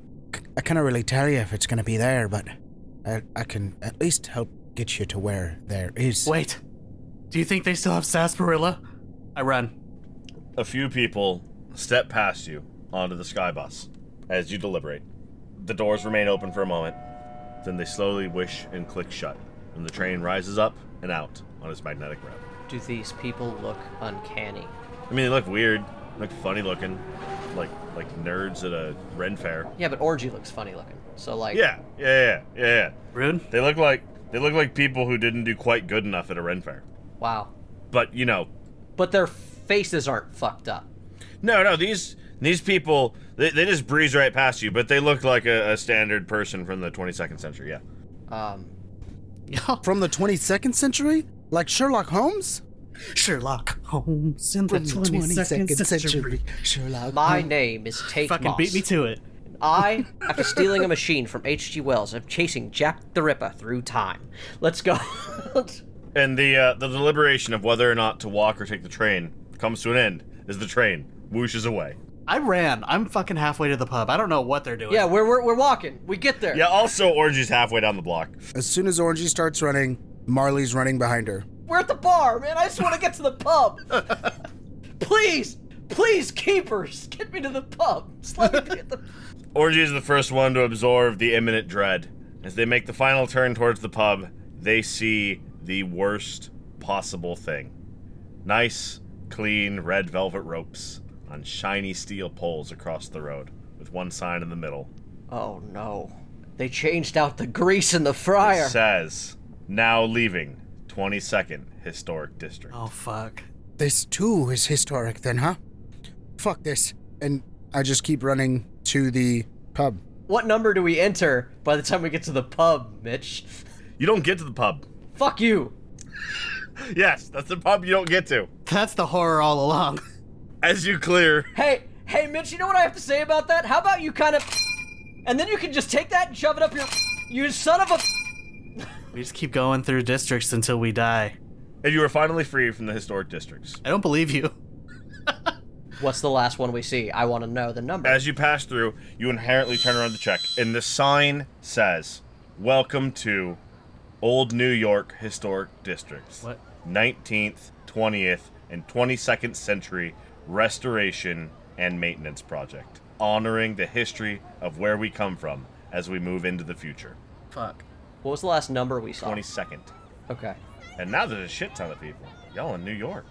F: I cannot really tell you if it's going to be there, but I, I can at least help get you to where there is.
C: Wait. Do you think they still have sarsaparilla? I run.
B: A few people step past you onto the sky bus as you deliberate. The doors remain open for a moment, then they slowly wish and click shut, and the train rises up and out on its magnetic route.
A: Do these people look uncanny?
B: I mean, they look weird, look funny looking, like like nerds at a Ren fair.
A: Yeah, but Orgy looks funny looking. So, like,
B: Yeah, yeah, yeah, yeah. yeah.
C: Rude? [LAUGHS]
B: They look like they look like people who didn't do quite good enough at a Ren fair.
A: wow.
B: But you know,
A: But their faces aren't fucked up.
B: No, no, these these people they, they just breeze right past you, but they look like a, a standard person from the 22nd century. Yeah.
A: Um,
D: From the 22nd century, like Sherlock Holmes.
C: Sherlock Holmes in the
D: From the
C: 22nd, century.
D: Sherlock.
A: my name is Tate
C: Fucking
A: Moss.
C: beat me to it.
A: I, after stealing a machine from H.G. Wells, am chasing Jack the Ripper through time. Let's go. [LAUGHS]
B: And the uh, the deliberation of whether or not to walk or take the train comes to an end as the train whooshes away.
C: I ran. I'm fucking halfway to the pub. I don't know what they're doing.
A: yeah, we're, we're, we're walking. We get there.
B: Yeah. Also, Orangey's halfway down the block.
D: As soon as Orangey starts running, Marley's running behind her.
A: We're at the bar, man. I just want to get to the pub. please, please, keepers, get me to the pub. Just let me be at the. [LAUGHS]
B: Orangey is the first one to absorb the imminent dread. As they make the final turn towards the pub, they see the worst possible thing. Nice, clean red velvet ropes on shiny steel poles across the road, with one sign in the middle.
A: Oh no, they changed out the grease in the
B: It
A: fryer.
B: says, now leaving 22nd Historic District.
C: Oh fuck.
F: This too is historic, then, huh?
D: Fuck this. And I just keep running to the pub.
A: What number do we enter by the time we get to the pub, Mitch?
B: You don't get to the pub.
A: Fuck you.
B: Yes, that's the pub you don't get to.
C: That's the horror all along. [LAUGHS]
B: As you clear,
A: Hey, hey, Mitch. You know what I have to say about that? How about you kind of, [LAUGHS] and then you can just take that and shove it up your. [LAUGHS] You son of a. [LAUGHS]
C: We just keep going through districts until we die.
B: and you are finally free from the historic districts.
C: I don't believe you.
A: What's the last one we see? I want to know the number.
B: As you pass through, you inherently turn around to check, and the sign says, Welcome to Old New York Historic Districts.
C: What?
B: 19th, 20th, and 22nd century restoration and maintenance project, honoring the history of where we come from as we move into the future.
C: Fuck.
A: What was the last number we saw?
B: 22nd.
A: Okay.
B: And now there's a shit ton of people. Y'all in New York.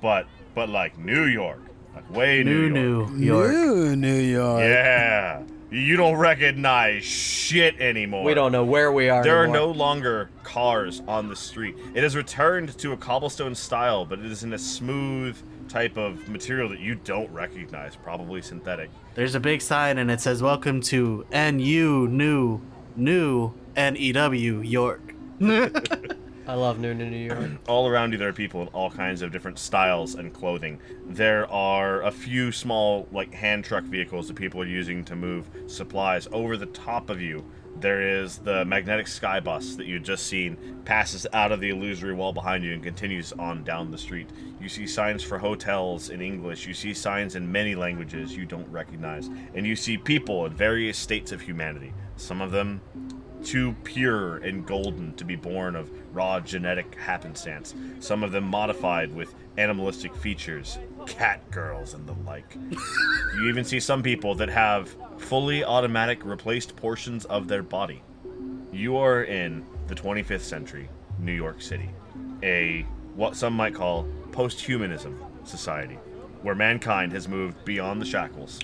B: But, but like New York. Like way
C: New
B: New York.
C: New York.
F: New New York.
B: Yeah. You don't recognize shit anymore.
A: We don't know where we are.
B: There are no
A: anymore.
B: longer cars on the street. It has returned to a cobblestone style, but it is in a smooth type of material that you don't recognize, probably synthetic.
C: There's a big sign and it says "Welcome to NU New New NEW [LAUGHS] York."
A: I love New New New York.
B: All around you, there are people in all kinds of different styles and clothing. There are a few small, like, hand truck vehicles that people are using to move supplies over the top of you. There is the magnetic sky bus that you had just seen, passes out of the illusory wall behind you and continues on down the street. You see signs for hotels in English. You see signs in many languages you don't recognize. And you see people in various states of humanity. Some of them too pure and golden to be born of raw genetic happenstance, some of them modified with animalistic features, cat girls and the like. you even see some people that have fully automatic replaced portions of their body. You are in the 25th century, New York City, a what some might call post humanism society, where mankind has moved beyond the shackles,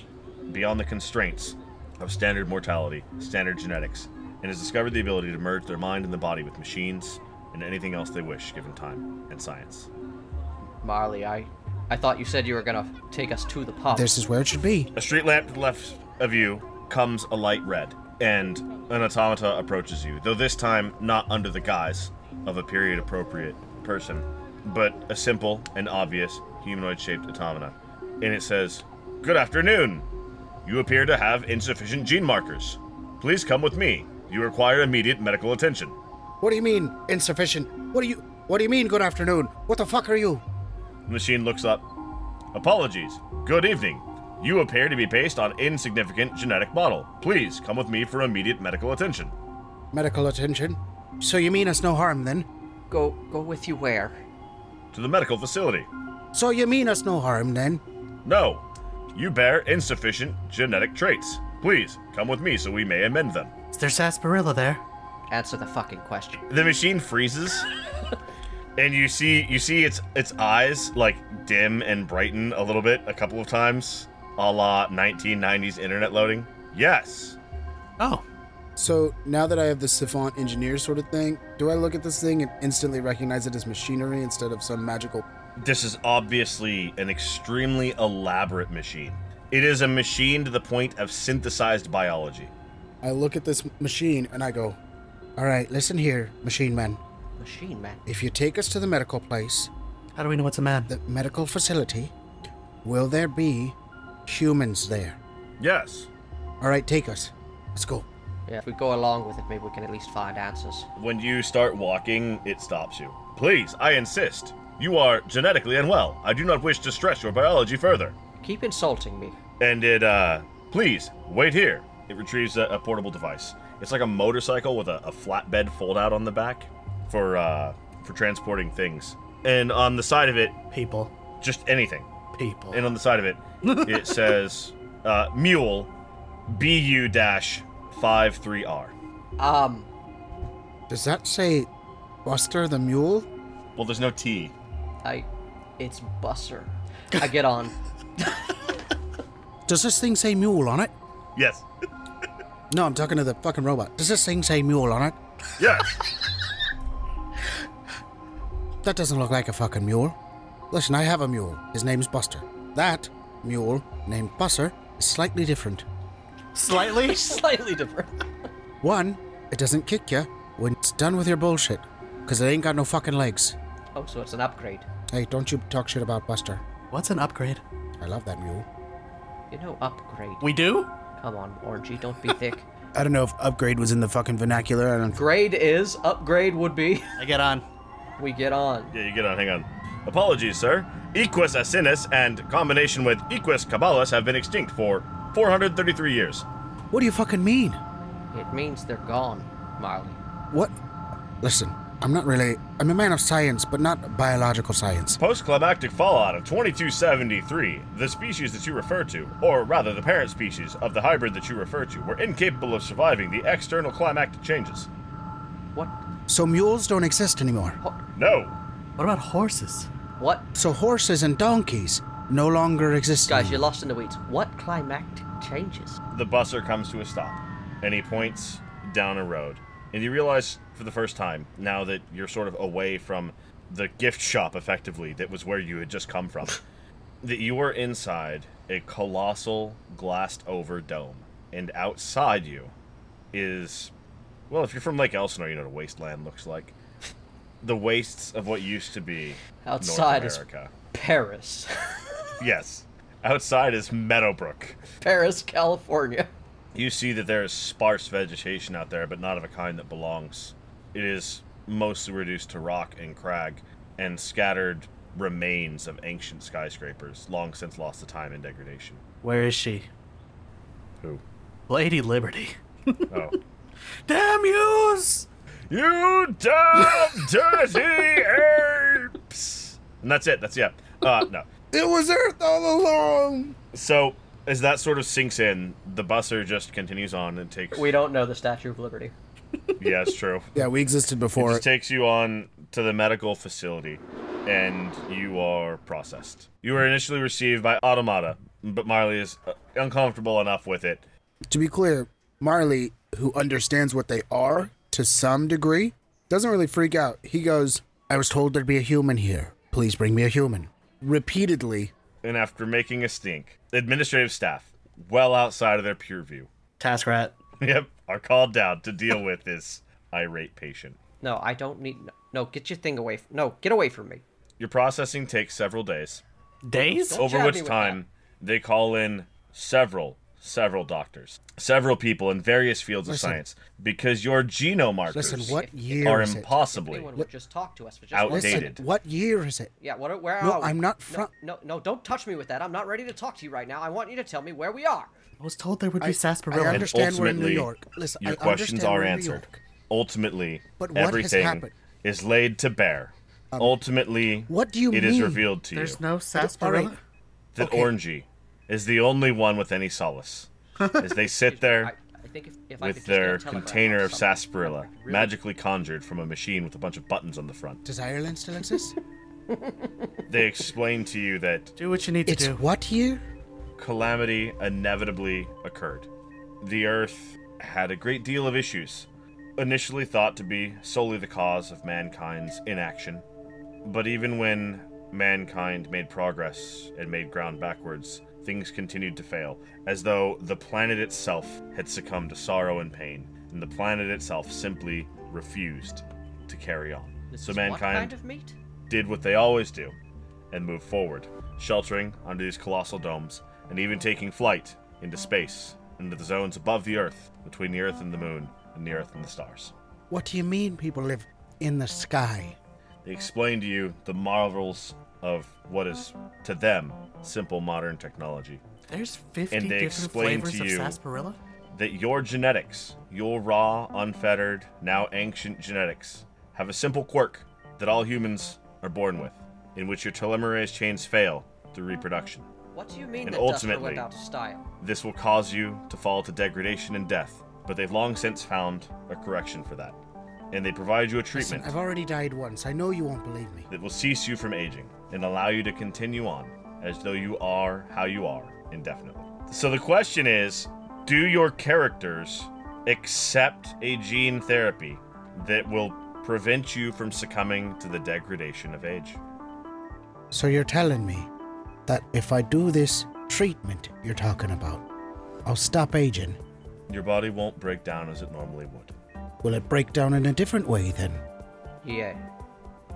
B: beyond the constraints of standard mortality, standard genetics, and has discovered the ability to merge their mind and the body with machines and anything else they wish given time and science.
A: [CLEARS THROAT] Marley, I, I thought you said you were gonna take us to the pub.
F: This is where it should be.
B: A street lamp to the left of you comes a light red, and an automata approaches you, though this time not under the guise of a period appropriate person, but a simple and obvious humanoid shaped automata. And it says, Good afternoon! You appear to have insufficient gene markers. Please come with me. You require immediate medical attention.
F: What do you mean insufficient? What do you What do you mean good afternoon? What the fuck are you?
B: The machine looks up. Apologies. Good evening. You appear to be based on insignificant genetic model. Please come with me for immediate medical attention.
F: Medical attention. So you mean us no harm then?
A: Go, go with you where?
B: To the medical facility.
F: So you mean us no harm then?
B: No. You bear insufficient genetic traits. Please come with me so we may amend them.
C: Is there sarsaparilla there?
A: Answer the fucking question.
B: The machine freezes. And you see, you see its its eyes like dim and brighten a little bit a couple of times, a la 1990s internet loading. Yes,
C: Oh,
D: So now that I have the savant engineer sort of thing, do I look at this thing and instantly recognize it as machinery instead of some magical?
B: This is obviously an extremely elaborate machine. It is a machine to the point of synthesized biology.
D: I look at this machine and I go,
F: All right, listen here, machine man.
A: Machine man.
F: If you take us to the medical place,
C: how do we know it's a man?
F: the medical facility, will there be humans there?
B: Yes.
F: All right, take us. Let's go.
A: Yeah, if we go along with it, maybe we can at least find answers.
B: When you start walking, it stops you. Please, I insist. You are genetically unwell. I do not wish to stress your biology further.
A: Keep insulting me.
B: And it, uh, please, wait here. It retrieves a, a portable device. It's like a motorcycle with a, a flatbed fold out on the back for, uh, for transporting things. And on the side of it,
C: People,
B: just anything.
C: people.
B: and on the side of it,
C: [LAUGHS]
B: it says uh, Mule BU 53R.
A: Um,
F: Does that say Buster the Mule?
B: Well, there's no T.
A: I, it's Buster. I get [LAUGHS] on.
F: Does this thing say mule on it?
B: Yes.
F: No, I'm talking to the fucking robot. Does this thing say mule on it?
B: Yes.
F: That doesn't look like a fucking mule. Listen, I have a mule. His name's Buster. That mule, named Buster, is slightly different.
C: Slightly.
A: Slightly different.
F: One, it doesn't kick you when it's done with your bullshit, because it ain't got no fucking legs.
A: Oh, so it's an upgrade.
F: Hey, don't you talk shit about Buster.
C: What's an upgrade?
F: I love that mule.
A: You know, upgrade.
C: We do.
A: Come on, Orangey, don't be thick.
F: I don't know if upgrade was in the fucking vernacular. I don't.
A: Grade is, upgrade would be. [LAUGHS]
C: I get on.
A: We get on.
B: yeah, you get on. Hang on. Apologies, sir. Equus asinus and combination with Equus caballus have been extinct for 433 years.
F: What do you fucking mean?
A: It means they're gone, Marley.
F: What? Listen, I'm not really. I'm a man of science, but not biological science.
B: Post-climactic fallout of 2273, the species that you refer to, or rather the parent species of the hybrid that you refer to, were incapable of surviving the external climactic changes.
A: What?
F: So mules don't exist anymore.
B: No.
C: What about horses?
A: What?
F: So horses and donkeys no longer exist.
B: Hmm.
A: Guys, you're
F: anymore.
A: lost in the weeds. What climactic changes?
B: The busser comes to a stop, and he points down a road. And you realize for the first time, now that you're sort of away from the gift shop effectively, that was where you had just
A: [LAUGHS]
B: come from, that you are inside a colossal glassed over dome. And outside you is, well, if you're from Lake Elsinore, you know what a wasteland
A: [LAUGHS]
B: looks like. The wastes of what used to be
A: Outside
B: North
A: is-
B: America.
A: Paris. [LAUGHS]
B: Yes. Outside is Meadowbrook.
A: Paris, California.
B: You see that there is sparse vegetation out there, but not of a kind that belongs. It is mostly reduced to rock and crag and scattered remains of ancient skyscrapers, long since lost to time and degradation.
C: Where is she?
B: Who?
C: Lady Liberty.
B: Oh. [LAUGHS]
C: Damn yous!
B: you damn dirty apes! And that's it. That's yeah. Uh, no.
D: It was Earth all along.
B: So as that sort of sinks in, the busser just continues on and takes.
A: We don't know the Statue of Liberty.
B: Yeah, it's true.
D: Yeah, we existed
B: It
D: before.
B: just takes you on to the medical facility, and you are processed. You were initially received by Automata, but Marley is uh, uncomfortable enough with it.
F: To be clear, Marley, who understands what they are to some degree, doesn't really freak out. He goes, I was told there'd be a human here. Please bring me a human. Repeatedly.
B: And after making a stink, administrative staff, well outside of their purview,
C: Task rat.
B: [LAUGHS] yep, are called down to deal with this irate patient.
A: No, I don't need. No, get your thing away. From... No, get away from me.
B: Your processing takes several days,
C: Days?
A: Don't
B: over
A: jab me
B: which
A: with
B: time they call in several, several doctors, several people in various fields
F: Listen.
B: of science, because your genome markers
F: Listen, what year
B: are
F: is it?
B: impossibly.
A: Anyone would just talk to us for just
B: Out-
A: one
F: Listen,
B: outdated.
F: what year is it?
A: Yeah, what, where
F: No,
A: are we?
F: I'm not
A: No,
F: front-
A: No, no, don't touch me with that. I'm not ready to talk to you right now. I want you to tell me where we are.
C: I was told there would be
F: I
C: sarsaparilla.
F: understand we're in New
B: ultimately,
F: York. Listen,
B: Your
F: I
B: questions
F: understand
B: are
F: we're in New
B: answered.
F: York.
B: Ultimately,
F: But what has
B: everything
F: happened? Um,
B: is laid to bear. Ultimately,
F: what do you
B: it is
F: mean?
B: revealed to you
C: There's no
F: All
C: sarsaparilla.
F: right.
B: that
F: okay.
B: Orangey is the only one with any
F: [LAUGHS]
B: solace. As they sit there
A: I, I think if, if I could
B: with
A: just get a
B: their
A: telegram
B: container
A: or
B: of
A: something,
B: sarsaparilla,
A: I really-
B: magically conjured from a machine with a bunch of buttons on the front,
F: Does Ireland still exist?
B: they explain to you that
C: Do what you need to
F: it's
C: do.
F: what year?
B: calamity inevitably occurred. The Earth had a great deal of issues, initially thought to be solely the cause of mankind's inaction. But even when mankind made progress and made ground backwards, things continued to fail, as though the planet itself had succumbed to sorrow and pain, and the planet itself simply refused to carry on.
A: This
B: so
A: is
B: mankind
A: What kind of meat?
B: did what they always do and moved forward, sheltering under these colossal domes and even taking flight into space, into the zones above the Earth, between the Earth and the Moon, and the Earth and the stars.
F: What do you mean people live in the sky?
B: They explain to you the marvels of what is, to them, simple modern technology.
C: There's 50
B: And they
C: different
B: explain
C: flavors
B: to
C: of
B: you-
C: sarsaparilla?
B: that your genetics, your raw, unfettered, now ancient genetics, have a simple quirk that all humans are born with, in which your telomerase chains fail through reproduction.
A: What do you mean
B: And
A: that Duster
B: ultimately-
A: went out of style?
B: This will cause you to fall to degradation and death, but they've long since found a correction for that. And they provide you a
F: Listen,
B: treatment
F: I've already died once. I know you won't believe me.
B: that will cease you from aging and allow you to continue on as though you are how you are indefinitely. So the question is do your characters accept a gene therapy that will prevent you from succumbing to the degradation of age?
F: So you're telling me that if I do this treatment you're talking about, I'll stop aging.
B: Your body won't break down as it normally would.
F: Will it break down in a different way then?
A: Yeah.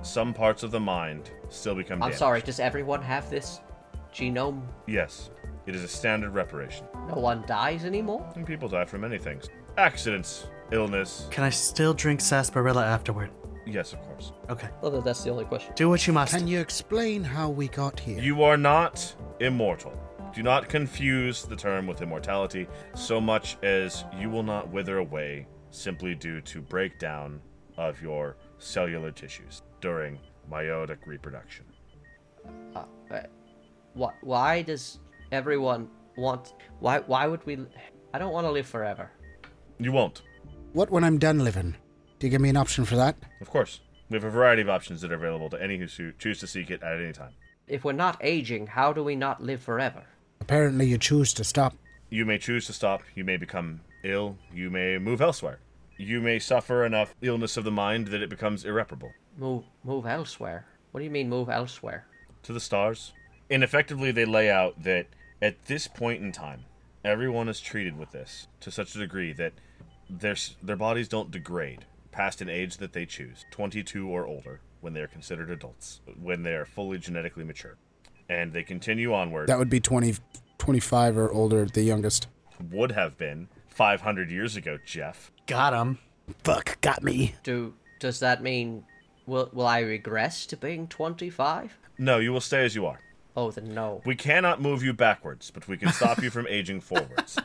B: Some parts of the mind still become
A: I'm
B: damaged.
A: sorry. Does everyone have this genome?
B: Yes, it is a standard reparation.
A: No one dies anymore.
B: And people die from many things accidents, illness.
C: Can I still drink sarsaparilla afterward?
B: Yes, of course.
C: Okay.
A: Although that's the only question.
C: Do what you must.
F: Can you explain how we got here?
B: You are not immortal. Do not confuse the term with immortality so much as you will not wither away simply due to breakdown of your cellular tissues during meiotic reproduction.
A: Uh, uh, why, why does everyone want? Why why would we? I don't want to live forever.
B: You won't.
D: What when I'm done living? Do you give me an option for that?
B: Of course. We have a variety of options that are available to any who su- choose to seek it at any time.
A: If we're not aging, how do we not live forever?
D: Apparently, you choose to stop.
B: You may choose to stop, you may become ill, you may move elsewhere. You may suffer enough illness of the mind that it becomes irreparable.
A: Move move elsewhere. What do you mean move elsewhere?
B: to the stars. And effectively, they lay out that at this point in time, everyone is treated with this to such a degree that their their bodies don't degrade past an age that they choose, 22 or older, when they are considered adults, when they are fully genetically mature, and they continue onward.
D: That would be 20, 25 or older, the youngest.
B: would have been 500 years ago, Jeff.
C: Got him.
D: Fuck, got me.
A: Do does that mean will will I regress to being 25?
B: No, you will stay as you are.
A: Oh, then no.
B: We cannot move you backwards, but we can stop you from aging forwards.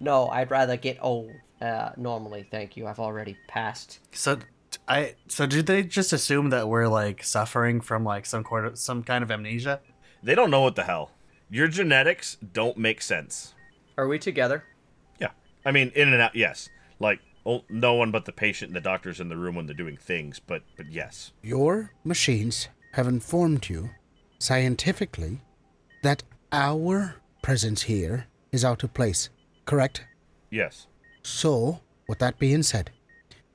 A: No, I'd rather get old. Uh, normally, thank you. I've already passed.
C: So I so did they just assume that we're like suffering from like some quarter, some kind of amnesia?
B: They don't know what the hell. Your genetics don't make sense.
A: Are we together?
B: Yeah. I mean, in and out, yes. Like, oh, no one but the patient and the doctor's in the room when they're doing things, but, but yes.
D: Your machines have informed you scientifically that our presence here is out of place, correct?
B: Yes.
D: So, with that being said,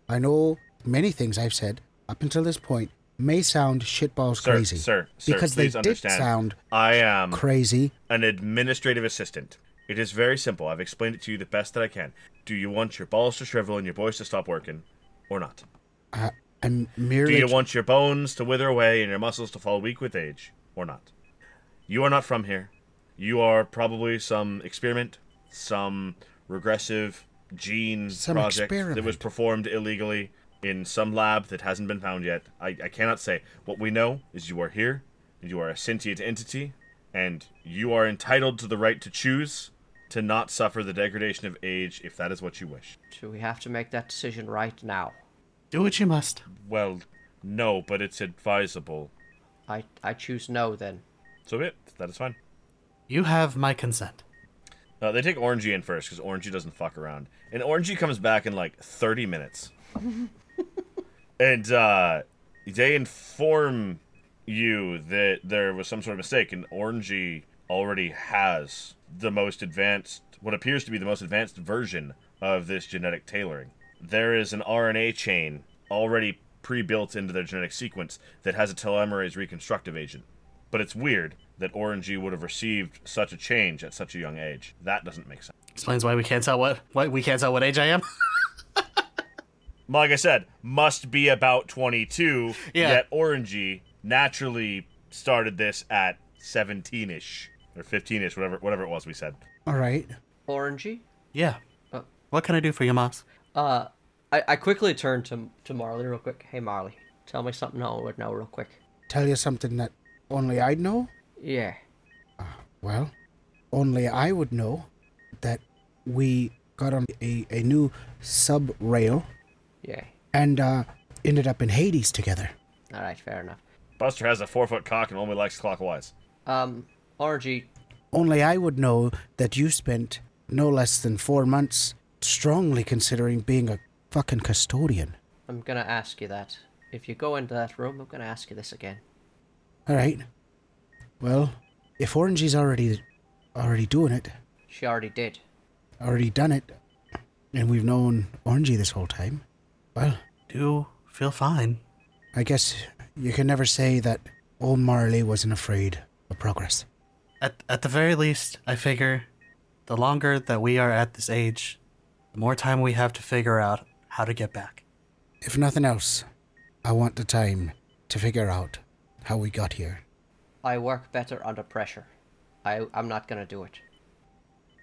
D: I know many things I've said up until this point may sound shitballs
B: Sir,
D: crazy.
B: sir, sir,
D: because they
B: please
D: did
B: understand. Mm.
D: sound
B: I am
D: crazy.
B: an administrative assistant. It is very simple. I've explained it to you the best that I can. Do you want your balls to shrivel and your voice to stop working, or not?
D: I, I'm
B: Do
D: uh, merely.
B: you want your bones to wither away and your muscles to fall weak with age, or not? You are not from here. You are probably some experiment, some regressive gene
D: Some
B: project that was
D: experiment.
B: performed illegally in some lab that hasn't been found yet. I, I cannot say. What we know is you are here, and you are a sentient entity, and you are entitled to the right to choose to not suffer the degradation of age if that is what you wish.
A: Do we have to make that decision right now?
C: Do what you must.
B: Well, no, but it's advisable.
A: I I choose no then.
B: So it, that is fine.
C: You have my consent.
B: Uh, they take Orangey in first because Orangey doesn't fuck around, and Orangey comes back in like 30 minutes, and uh, they inform you that there was some sort of mistake, and Orangey already has the most advanced, what appears to be the most advanced version of this genetic tailoring. There is an RNA chain already pre-built into their genetic sequence that has a telomerase reconstructive agent. But it's weird that Orangey would have received such a change at such a young age. That doesn't make sense.
C: Explains why we can't tell what why we can't tell what age I am. [LAUGHS]
B: Like I said, must be about 22.
C: Yeah.
B: Yet Orangey naturally started this at 17ish or 15ish, whatever whatever it was we said.
D: All right.
A: Orangey?
C: yeah.
A: Uh.
C: what can I do for you, Mox?
A: Uh, I, I quickly turn to to Marley real quick. Hey Marley, tell me something I would know real quick.
D: Tell you something that only I know?
A: Yeah.
D: Well, only I would know that we got on a, a new sub rail
A: Yeah.
D: and uh, ended up in Hades together.
A: All right. Fair enough.
B: Buster has a four foot cock and only likes clockwise.
A: Um, Orangey,
D: Only I would know that you spent no less than four months strongly considering being a fucking custodian.
A: I'm gonna ask you that. If you go into that room, I'm gonna ask you this again.
D: All right. Well, if Orangey's already already doing it,
A: She already did.
D: already done it, and we've known Orangey this whole time, well,
C: Do feel fine.
D: I guess you can never say that old Marley wasn't afraid of progress.
C: At at the very least, I figure the longer that we are at this age, the more time we have to figure out how to get back.
D: If nothing else, I want the time to figure out how we got here.
A: I work better under pressure. I I'm not gonna do it.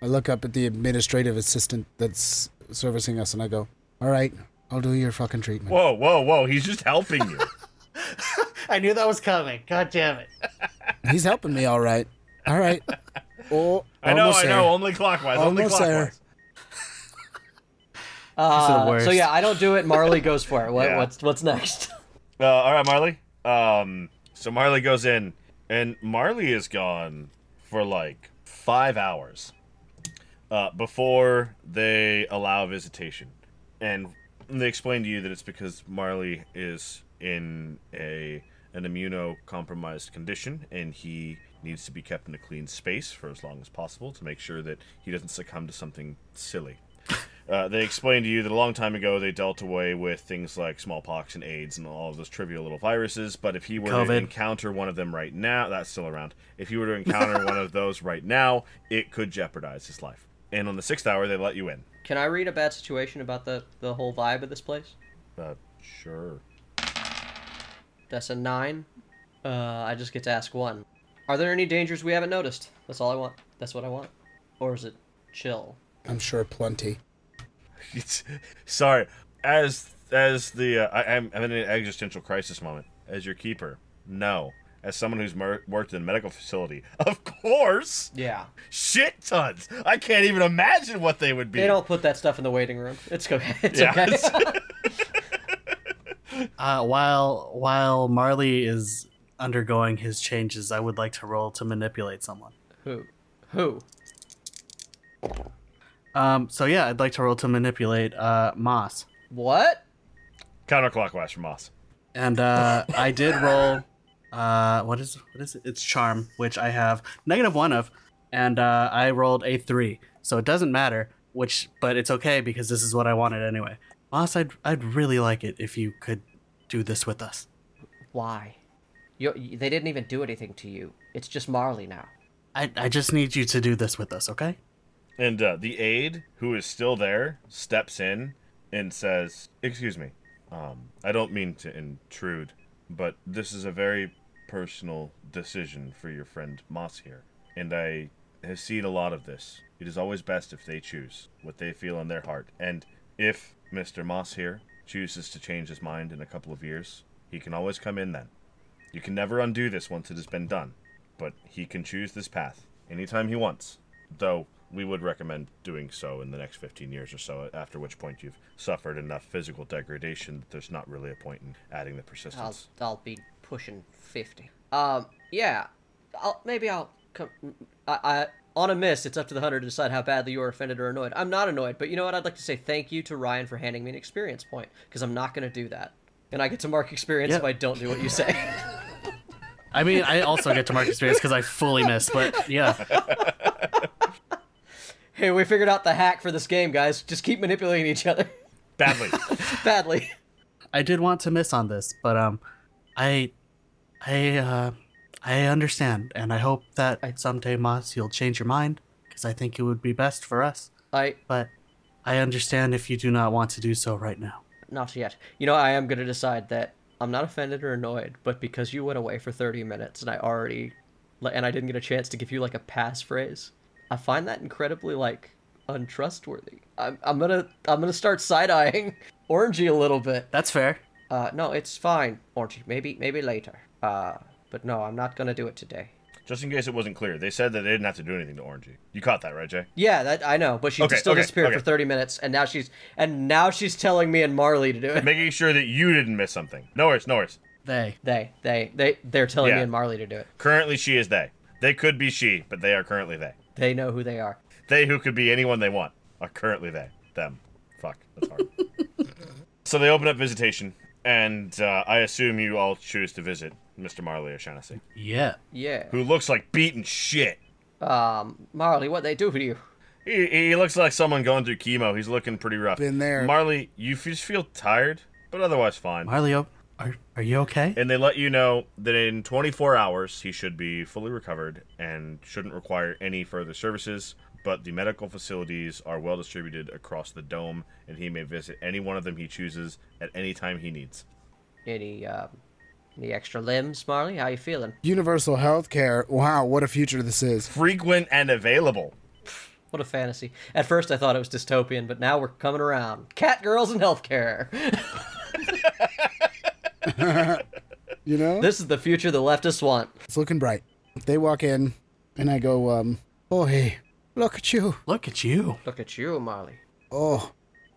G: I look up at the administrative assistant that's servicing us and I go,
D: All right, I'll do your fucking treatment.
B: Whoa, whoa, whoa. He's just helping you.
C: I knew that was coming. God damn it.
G: He's helping me, all right.
D: All right.
G: Oh,
B: [LAUGHS] I know,
G: almost
B: I
G: there.
B: know. Only clockwise. Only
G: Almost there.
B: clockwise.
A: Uh, so
C: worst.
A: Uh, [LAUGHS] yeah, I don't do it. Marley goes for it. What,
B: Yeah.
A: What's what's next?
B: Uh, all right, Marley. Um, so Marley goes in, and Marley is gone for like five hours uh, before they allow visitation, and they explain to you that it's because Marley is in a an immunocompromised condition, and he needs to be kept in a clean space for as long as possible to make sure that he doesn't succumb to something silly. Uh, they explained to you that a long time ago they dealt away with things like smallpox and AIDS and all of those trivial little viruses. But if he were to
C: COVID.
B: encounter one of them right now, that's still around. If he were to encounter one of those right now, it could jeopardize his life. And on the sixth hour, they let you in.
A: Can I read a bad situation about the the whole vibe of this place?
B: Uh, sure. [LAUGHS]
A: That's a nine. Uh, I just get to ask one. Are there any dangers we haven't noticed? That's all I want. That's what I want. Or is it chill?
D: I'm sure plenty.
B: It's, sorry. As as the uh, I, I'm, I'm in an existential crisis moment. As your keeper, no. As someone who's mer- worked in a medical facility, [LAUGHS] of course,
A: Yeah.
B: shit tons. I can't even imagine what they would be.
A: They
B: [LAUGHS]
A: don't put that stuff in the waiting room. It's go. [LAUGHS] It's
B: Yeah.
A: okay.
C: Uh, while while Marley is undergoing his changes, I would like to roll to manipulate someone.
A: Who? Who?
C: Um, so yeah, I'd like to roll to manipulate uh, Moss,
A: What?
B: [LAUGHS] Counterclockwise from Moss.
C: and uh, I did roll. Uh, what is what is it? It's charm, which I have negative one of, and uh, I rolled a three, so it doesn't matter. Which, but it's okay because this is what I wanted anyway. Moss, I'd I'd really like it if you could do this with us.
A: Why? You, they didn't even do anything to you. It's just Marley now.
C: I I just need you to do this with us, okay?
B: And uh, the aide, who is still there, steps in and says, Excuse me, um, I don't mean to intrude, but this is a very personal decision for your friend Moss here. And I have seen a lot of this. It is always best if they choose what they feel in their heart. And if Mr. Moss here chooses to change his mind in a couple of years, he can always come in then. You can never undo this once it has been done, but he can choose this path anytime he wants. Though we would recommend doing so in the next 15 years or so, after which point you've suffered enough physical degradation that there's not really a point in adding the
A: I'll,
B: persistence.
A: I'll be pushing 50. Um, yeah. I'll, maybe I'll come. I, I, on a miss, it's up to the hunter to decide how badly you're offended or annoyed. I'm not annoyed, but you know what? I'd like to say thank you to Ryan for handing me an experience point, because I'm not going to do that. And I get to mark experience
C: Yeah.
A: if I don't do what you say. [LAUGHS]
C: I mean, I also get to mark experience because I fully missed, but yeah.
A: hey, we figured out the hack for this game, guys. Just keep manipulating each other [LAUGHS]
B: Badly.
A: badly.
C: I did want to miss on this, but um, I, I, uh, I understand, and I hope that someday, Moss, you'll change your mind, because I think it would be best for us.
A: I.
C: But I understand if you do not want to do so right now.
A: Not yet. You know, I am going to decide that I'm not offended or annoyed, but because you went away for 30 minutes and I already, like, and I didn't get a chance to give you like a passphrase, I find that incredibly like untrustworthy. I'm, I'm gonna I'm gonna start side eyeing [LAUGHS] Orangey a little bit.
C: That's fair.
A: Uh, no, it's fine, Orangey. Maybe maybe later. Uh, but no, I'm not gonna do it today.
B: Just in case it wasn't clear, they said that they didn't have to do anything to Orangey. You caught that, right, Jay?
A: Yeah, that I know, but she
B: Okay,
A: still
B: okay,
A: disappeared for
B: okay.
A: 30 minutes, and now she's and now she's telling me and Marley to do it.
B: Making sure that you didn't miss something. No worries, no worries.
C: They.
A: They they they they're telling me
B: Yeah.
A: and Marley to do it.
B: Currently, she is they. They could be she, but they are currently they.
A: They know who they are.
B: They who could be anyone they want are currently they. Them. Fuck. That's hard. so they open up visitation, and uh, I assume you all choose to visit Mr. Marley O'Shaughnessy,
C: Yeah.
A: Yeah.
B: who looks like beaten shit.
A: Um, Marley, what they do to you?
B: He, he looks like someone going through chemo. He's looking pretty rough.
F: Been there.
B: Marley, you f- just feel tired, but otherwise fine.
C: Marley, oh, are are you okay?
B: and they let you know that in 24 hours he should be fully recovered and shouldn't require any further services but the medical facilities are well distributed across the dome and he may visit any one of them he chooses at any time he needs
A: Any um, any extra limbs, Marley? How you feeling?
D: Universal health care. Wow, what a future this is.
B: frequent and available
A: What a fantasy! At first, I thought it was dystopian, but now we're coming around. Cat girls in healthcare.
D: [LAUGHS] You know?
A: this is the future the leftists want.
D: It's looking bright. They walk in and I go, um, oh hey,
F: Look at you.
C: Look at you.
A: Look at you, Marley.
F: Oh,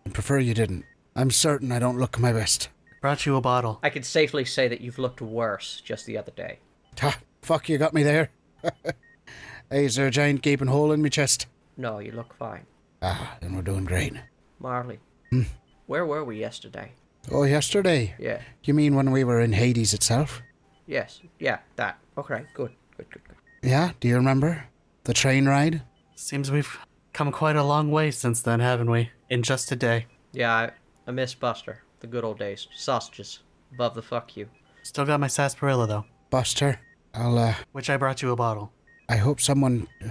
F: I prefer you didn't. I'm certain I don't look my best.
C: Brought you a bottle.
A: I can safely say that you've looked worse just the other day.
D: Ha, fuck, you got me there. [LAUGHS] hey, is there a giant gaping hole in my chest?
A: No, you look fine.
D: Ah, then we're doing great.
A: Marley,
D: Hmm.
A: where were we yesterday?
D: Oh, yesterday.
A: Yeah.
D: You mean when we were in Hades itself?
A: Yes. Yeah, that. Okay, good. Good, good, good.
D: Yeah, do you remember? The train ride?
C: Seems we've come quite a long way since then, haven't we? In just a day.
A: Yeah, I, I miss Buster. The good old days. Sausages. Above the fuck you.
C: Still got my sarsaparilla though,
D: Buster? I'll, uh,
C: which I brought you a bottle.
D: I hope someone uh,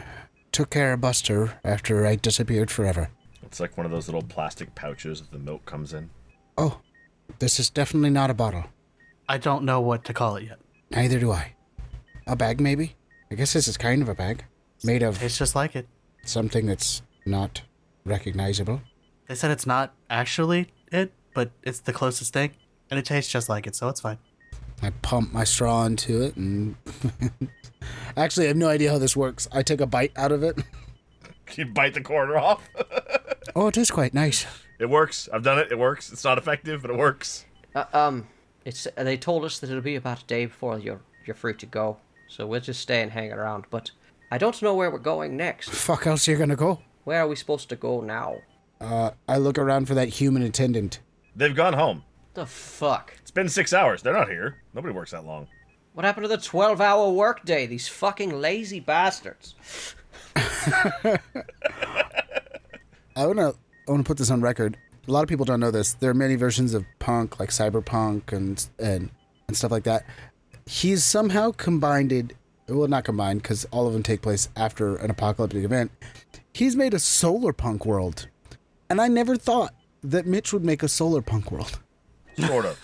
D: took care of Buster after I disappeared forever.
B: It's like one of those little plastic pouches that the milk comes in. [LAUGHS]
D: Oh, this is definitely not a bottle.
C: I don't know what to call it yet.
D: Neither do I. A bag, maybe? I guess this is kind of a bag. Made of
C: Tastes just like it.
D: something that's not recognizable.
C: They said it's not actually it, but it's the closest thing, and it tastes just like it, so it's fine.
D: I pump my straw into it and. [LAUGHS] Actually, I have no idea how this works. I take a bite out of it. [LAUGHS]
B: You bite the corner off. [LAUGHS]
D: Oh, it is quite nice.
B: it works. I've done it. It works. It's not effective, but it works.
A: Uh, um, it's uh, they told us that it'll be about a day before you're you're free to go, so we'll just stay and hang around. But I don't know where we're going next.
D: Fuck else you're gonna go?
A: Where are we supposed to go now?
D: Uh, I look around for that human attendant.
B: They've gone home.
A: The fuck?
B: It's been six hours. They're not here. Nobody works that long.
A: What happened to the twelve-hour workday? These fucking lazy bastards.
D: I wanna I wanna put this on record. A lot of people don't know this. There are many versions of punk, like cyberpunk and and and stuff like that. He's somehow combined it. Well, not combined because all of them take place after an apocalyptic event. He's made a solar punk world, and I never thought that Mitch would make a solar punk world.
B: Sort of.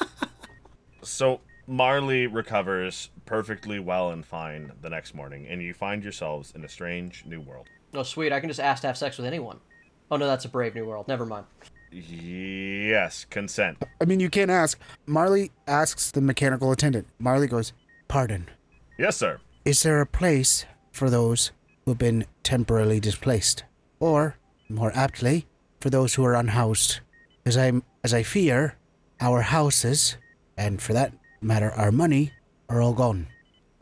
B: [LAUGHS] so Marley recovers perfectly well and fine the next morning, and you find yourselves in a strange new world.
A: Oh, sweet. I can just ask to have sex with anyone. Oh, no, that's a Brave New World. Never mind.
B: Yes, consent.
D: I mean, you can't ask. Marley asks the mechanical attendant. Marley goes, "Pardon,
B: Yes, sir.
D: Is there a place for those who've been temporarily displaced? Or, more aptly, for those who are unhoused? As I'm as I fear, our houses, and for that matter our money, are all gone.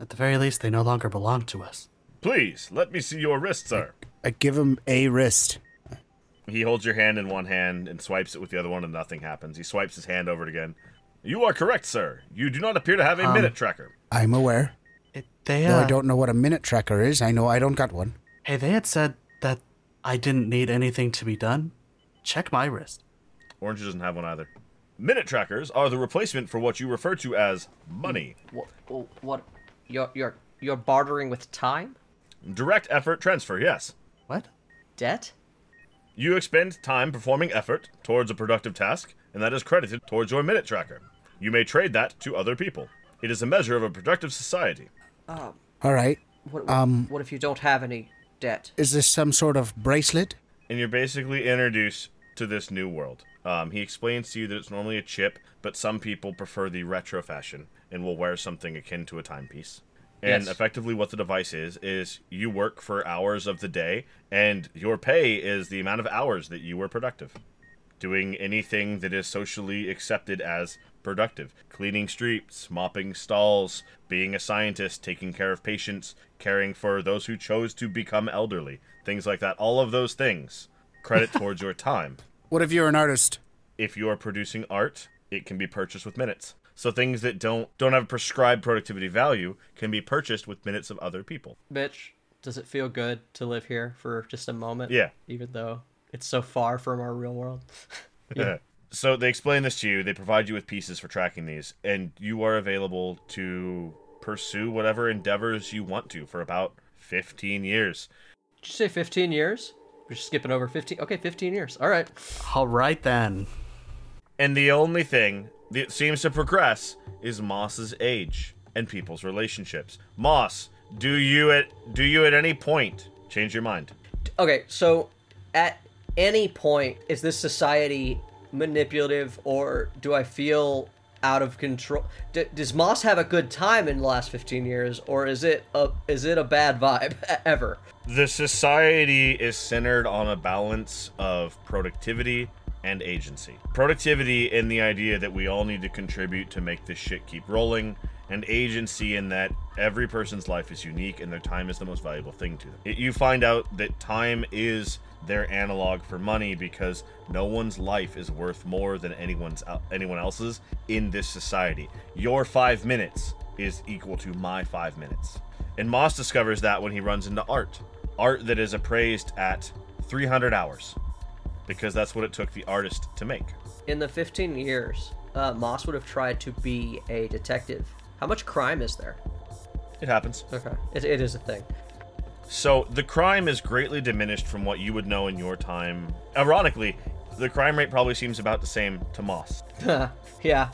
C: At the very least, they no longer belong to us.
B: Please let me see your wrist, sir.
D: I give him a wrist.
B: He holds your hand in one hand and swipes it with the other one, and nothing happens. He swipes his hand over it again. You are correct, sir. You do not appear to have a minute tracker.
D: I'm aware.
C: It, they,
D: Though
C: uh,
D: I don't know what a minute tracker is, I know I don't got one.
C: Hey, they had said that I didn't need anything to be done. Check my wrist.
B: Orange doesn't have one either. Minute trackers are the replacement for what you refer to as money.
A: What? what you're, you're, you're bartering with time?
B: Direct effort transfer, yes.
C: What?
A: Debt?
B: You expend time performing effort towards a productive task, and that is credited towards your minute tracker. You may trade that to other people. It is a measure of a productive society.
D: All right.
A: What,
D: Um,
A: what if you don't have any debt?
D: Is this some sort of bracelet?
B: and you're basically introduced to this new world. Um, he explains to you that it's normally a chip, but some people prefer the retro fashion and will wear something akin to a timepiece. And
A: Yes.
B: effectively, what the device is is you work for hours of the day, and your pay is the amount of hours that you were productive. Doing anything that is socially accepted as productive cleaning streets, mopping stalls, being a scientist, taking care of patients, caring for those who chose to become elderly, things like that. All of those things credit towards your time
D: What if you're an artist?
B: if you are producing art, it can be purchased with minutes. So things that don't don't have prescribed productivity value can be purchased with minutes of other people.
A: Mitch, does it feel good to live here for just a moment?
B: Yeah.
A: Even though it's so far from our real world? [LAUGHS]
B: [LAUGHS]
A: Yeah.
B: so they explain this to you, they provide you with pieces for tracking these, and you are available to pursue whatever endeavors you want to for about 15 years.
A: Did you say 15 years? We're just skipping over 15. Okay, 15 years. All right.
C: All right then.
B: And the only thing that seems to progress is Moss's age and people's relationships. Moss, do you at do you at any point change your mind?
A: Okay, so at any point, is this society manipulative or do I feel out of control? D- does Moss have a good time in the last 15 years or is it a, is it a bad vibe [LAUGHS] ever?
B: the society is centered on a balance of productivity and agency. Productivity in the idea that we all need to contribute to make this shit keep rolling, and agency in that every person's life is unique and their time is the most valuable thing to them. It, you find out that time is their analog for money because no one's life is worth more than anyone's uh, anyone else's in this society. Your 5 minutes is equal to my 5 minutes. And Moss discovers that when he runs into art. Art that is appraised at 300 hours because that's what it took the artist to make.
A: In the 15 years, uh, Moss would have tried to be a detective. How much crime is there?
B: It happens.
A: Okay, it, it is a thing.
B: So the crime is greatly diminished from what you would know in your time. Ironically, the crime rate probably seems about the same to Moss.
A: yeah.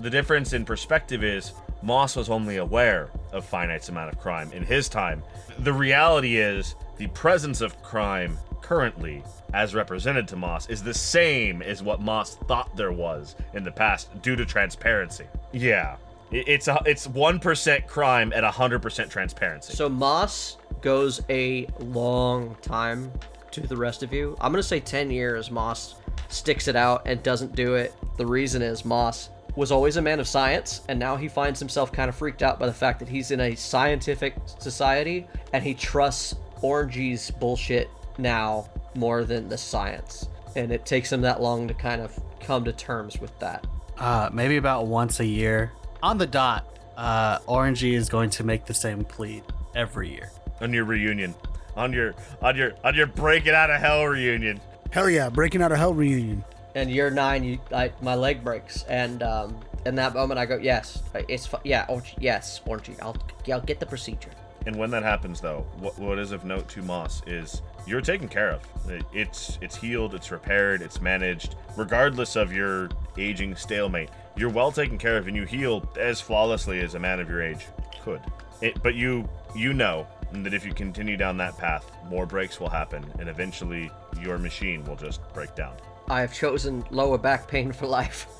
B: The difference in perspective is Moss was only aware of finite amount of crime in his time. The reality is the presence of crime currently, as represented to Moss, is the same as what Moss thought there was in the past due to transparency. Yeah, I- it's a, it's one percent crime at hundred percent transparency.
A: so Moss goes a long time to the rest of you. I'm going to say 10 years Moss sticks it out and doesn't do it. The reason is Moss was always a man of science and now he finds himself kind of freaked out by the fact that he's in a scientific society and he trusts Orangey's bullshit now more than the science. And it takes him that long to kind of come to terms with that.
C: Uh, maybe about once a year. On the dot, uh, Orangey is going to make the same plea every year.
B: on your reunion, on your on your on your breaking out of hell reunion.
F: Hell yeah, breaking out of hell reunion.
A: and year nine, you, I, my leg breaks, and um, in that moment, I go, yes, it's fi- yeah, orange, yes, orangey, I'll, I'll get the procedure.
B: And when that happens, though, what, what is of note to Moss is you're taken care of. It- It's it's healed, it's repaired, it's managed. Regardless of your aging stalemate, you're well taken care of, and you heal as flawlessly as a man of your age could. It, but you you know that if you continue down that path, more breaks will happen, and eventually your machine will just break down.
A: I have chosen lower back pain for life. [LAUGHS]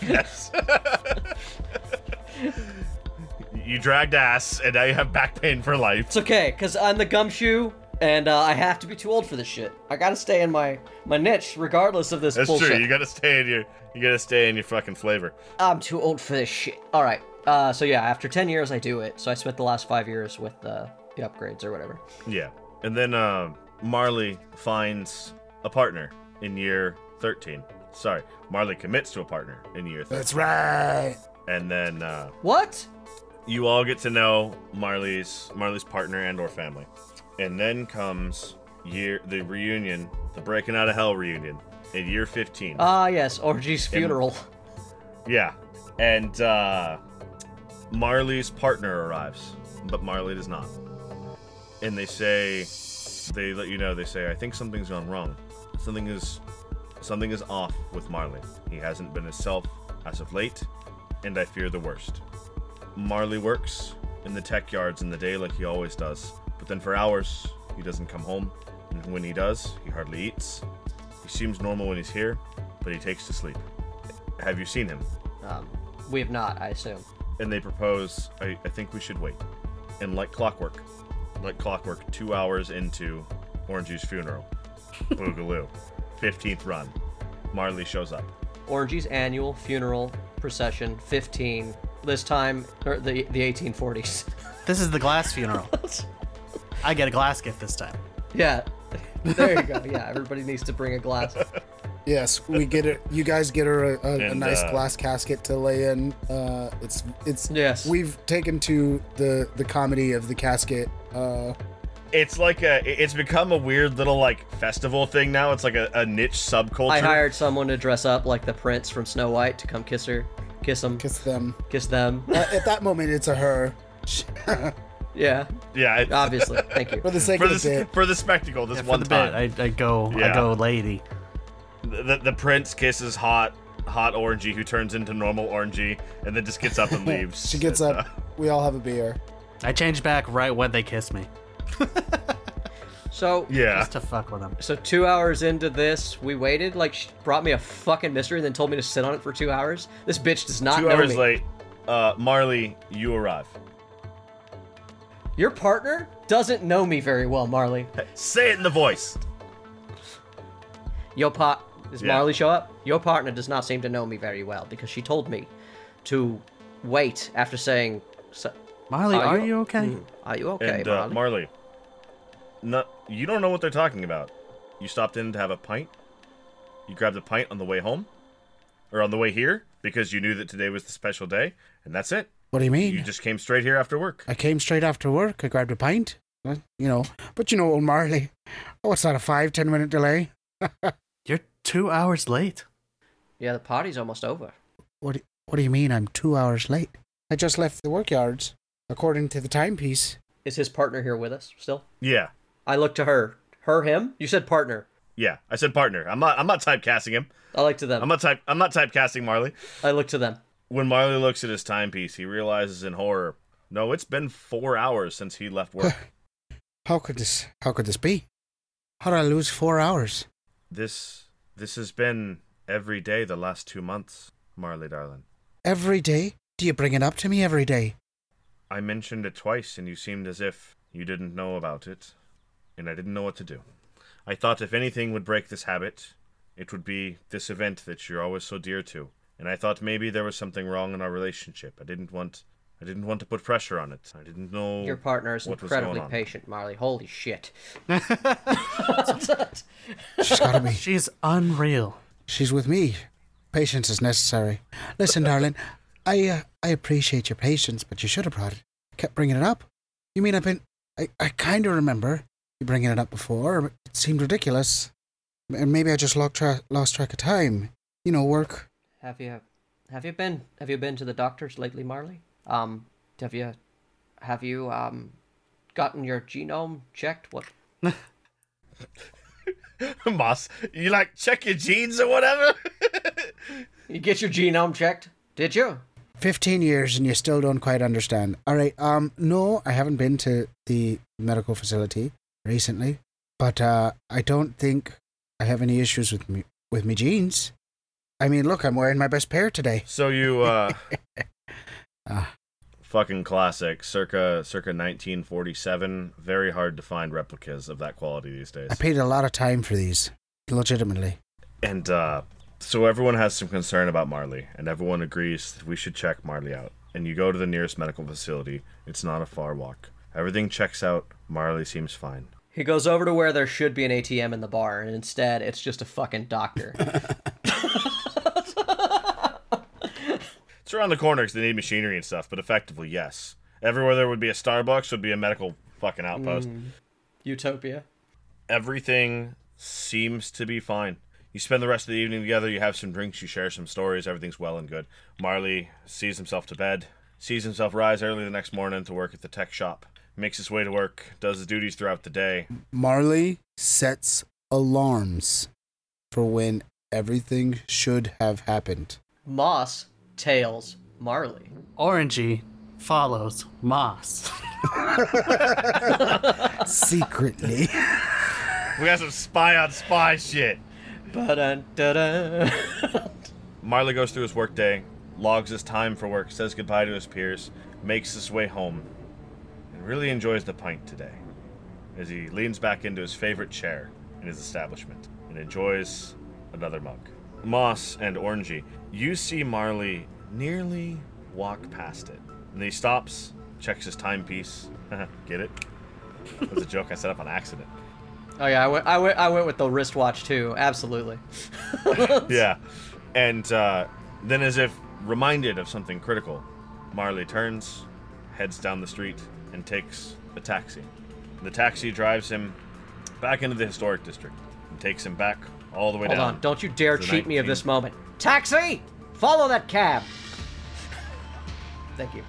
B: Yes. you dragged ass, and now you have back pain for life.
A: It's okay, cause I'm the gumshoe, and uh, I have to be too old for this shit. I gotta stay in my my niche, regardless of this
B: That's
A: bullshit.
B: true. You gotta stay in your you gotta stay in your fucking flavor.
A: I'm too old for this shit. All right. Uh, so yeah, after ten years, I do it. So I spent the last five years with uh, the upgrades or whatever.
B: Yeah. And then um Marley finds a partner in year 13. Sorry, Marley commits to a partner in year 13.
F: That's right.
B: And then uh,
A: What?
B: you all get to know Marley's Marley's partner and or family. And then comes year the reunion, the breaking out of hell reunion in year 15.
A: Ah, yes, orgy's funeral.
B: Yeah. And uh, Marley's partner arrives, but Marley does not. And they say, they let you know, they say, I think something's gone wrong. Something is, something is off with Marley. He hasn't been himself as of late, and I fear the worst. Marley works in the tech yards in the day like he always does, but then for hours, he doesn't come home. And when he does, he hardly eats. He seems normal when he's here, but he takes to sleep. Have you seen him?
A: Um, we have not, I assume.
B: and they propose I, I think we should wait and like clockwork like clockwork two hours into orange juice
C: [LAUGHS]
B: funeral boogaloo 15th run marley shows up
A: Orangey's annual funeral procession, 15. This time, or the the 1840s.
C: This is the glass
D: [LAUGHS]
C: funeral. I get a glass gift this time.
A: [LAUGHS] yeah, there you go. Yeah, everybody needs to bring a glass.
H: Yes, we get it. You guys get her a, a, a
B: And,
H: nice
B: uh,
H: glass casket to lay in. Uh, it's it's
A: Yes.
H: We've taken to the the comedy of the casket. Uh,
B: it's like a it- it's become a weird little like festival thing now it's like a, a niche subculture
A: I hired someone to dress up like the prince from Snow White to come kiss her, kiss him, kiss,
H: kiss them.
A: them.
H: Uh, at that moment, it's a her.
A: yeah,
B: yeah it-
A: obviously. Thank you.
B: [LAUGHS]
H: For the sake
B: for
H: of the
B: the
H: bit,
B: for the spectacle this
C: Uh, Yeah, for
B: one
C: the
B: time
C: bit, I, I go,
B: Yeah.
C: I go, lady.
B: the, the prince kisses hot hot orangey who turns into normal orangey and then just gets up
H: [LAUGHS]
B: and leaves
H: she gets
B: And,
H: up.
B: uh,
H: We all have a beer.
C: I change back right when they kiss me,
A: So
B: yeah
C: just to fuck with them.
A: So two hours into this, we waited. Like she brought me a fucking mystery and then told me to sit on it for two hours. This bitch does not
B: two
A: know
B: hours
A: me.
B: late uh marley you arrive
A: Your partner doesn't know me very well, Marley.
B: say it in the voice
A: Your part does
B: Yeah.
A: Marley show up? Your partner does not seem to know me very well because she told me to wait after saying, so,
C: Marley,
A: Are
C: are,
A: you- Mm,
C: you, okay?
A: "Are you okay,
B: and uh,
A: Marley?"
B: Marley, no, you don't know what they're talking about. You stopped in to have a pint. You grabbed a pint on the way home, or on the way here, because you knew that today was the special day, and that's it.
F: What do you mean?
B: You just came straight here after work.
F: I came straight after work. I grabbed a pint. uh, You know, but you know, old Marley. Oh, it's not a five, ten minute delay.
C: You're two hours late.
A: yeah, the party's almost over.
F: What do, What do you mean? I'm two hours late.
D: I just left the work yards.
F: According to the timepiece,
A: Is his partner here with us still?
B: Yeah,
A: I look to her. Her, him? You said partner.
B: yeah. I said partner. I'm not. I'm not typecasting him.
A: I look to them.
B: I'm not type. I'm not typecasting Marley.
A: I look to them.
B: When Marley looks at his timepiece, he realizes in horror. No, it's been four hours since he left work.
F: [LAUGHS] how could this? How could this be? How did I lose four hours?
B: this this has been every day the last two months, Marley darling.
F: Every day? Do you bring it up to me every day?
B: I mentioned it twice, and you seemed as if you didn't know about it, and I didn't know what to do. I thought if anything would break this habit, it would be this event that you're always so dear to, and I thought maybe there was something wrong in our relationship. I didn't want. I didn't want to put pressure on it. I didn't know
A: Your partner is
B: what was going
A: incredibly
B: on.
A: patient, Marley. Holy
C: [LAUGHS]
A: shit. [LAUGHS]
F: She's gotta be.
C: She's unreal.
F: She's with me. Patience is necessary. Listen, darling, I uh, I appreciate your patience, but you should have brought it. Kept bringing it up. You mean I've been? I I kind of remember you bringing it up before. But it seemed ridiculous, M- and maybe I just lost tra- lost track of time. You know, work.
A: Have you have you been have you been to the doctors lately, Marley? Um have you have you um gotten your genome checked? What
B: [LAUGHS] Moss, you like check your jeans or whatever. [LAUGHS]
A: you get your genome checked? Did you?
F: Fifteen years, and you still don't quite understand. All right. Um. No, I haven't been to the medical facility recently, but uh, I don't think I have any issues with me with me jeans. I mean, look, I'm wearing my best pair today.
B: so you, uh,
F: [LAUGHS] Ah.
B: fucking classic, circa circa 1947. Very hard to find replicas of that quality these days.
F: I paid a lot of time for these, legitimately.
B: And uh, so everyone has some concern about Marley, and everyone agrees that we should check Marley out. And you go to the nearest medical facility. It's not a far walk. Everything checks out. Marley seems fine.
A: He goes over to where there should be an ATM in the bar, and instead it's just a fucking doctor.
B: It's around the corner because they need machinery and stuff, but effectively, yes. Everywhere there would be a Starbucks would be a medical fucking outpost.
A: Utopia.
B: Everything seems to be fine. You spend the rest of the evening together, you have some drinks, you share some stories, everything's well and good. Marley sees himself to bed, sees himself rise early the next morning to work at the tech shop, makes his way to work, does his duties throughout the day,
D: Marley sets alarms for when everything should have happened.
F: [LAUGHS]
A: Moss tails Marley.
C: Orangey follows Moss.
D: Secretly.
B: We got some spy on spy shit.
A: Ba-dun-da-dun.
B: Marley goes through his workday, logs his time for work, says goodbye to his peers, makes his way home, and really enjoys the pint today as he leans back into his favorite chair in his establishment and enjoys another mug. Moss and Orangey, you see Marley nearly walk past it. And he stops, checks his timepiece. [LAUGHS] Get it? That was a joke I set up on accident.
A: [LAUGHS] oh yeah, I went, I went I went with the wristwatch too. Absolutely.
B: yeah. And uh, then, as if reminded of something critical, Marley turns, heads down the street, and takes a taxi. The taxi drives him back into the historic district and takes him back all the way
A: Hold
B: down.
A: on, don't you dare
B: The
A: cheat me of
B: 19.
A: this moment. Taxi! Follow that cab! Thank you.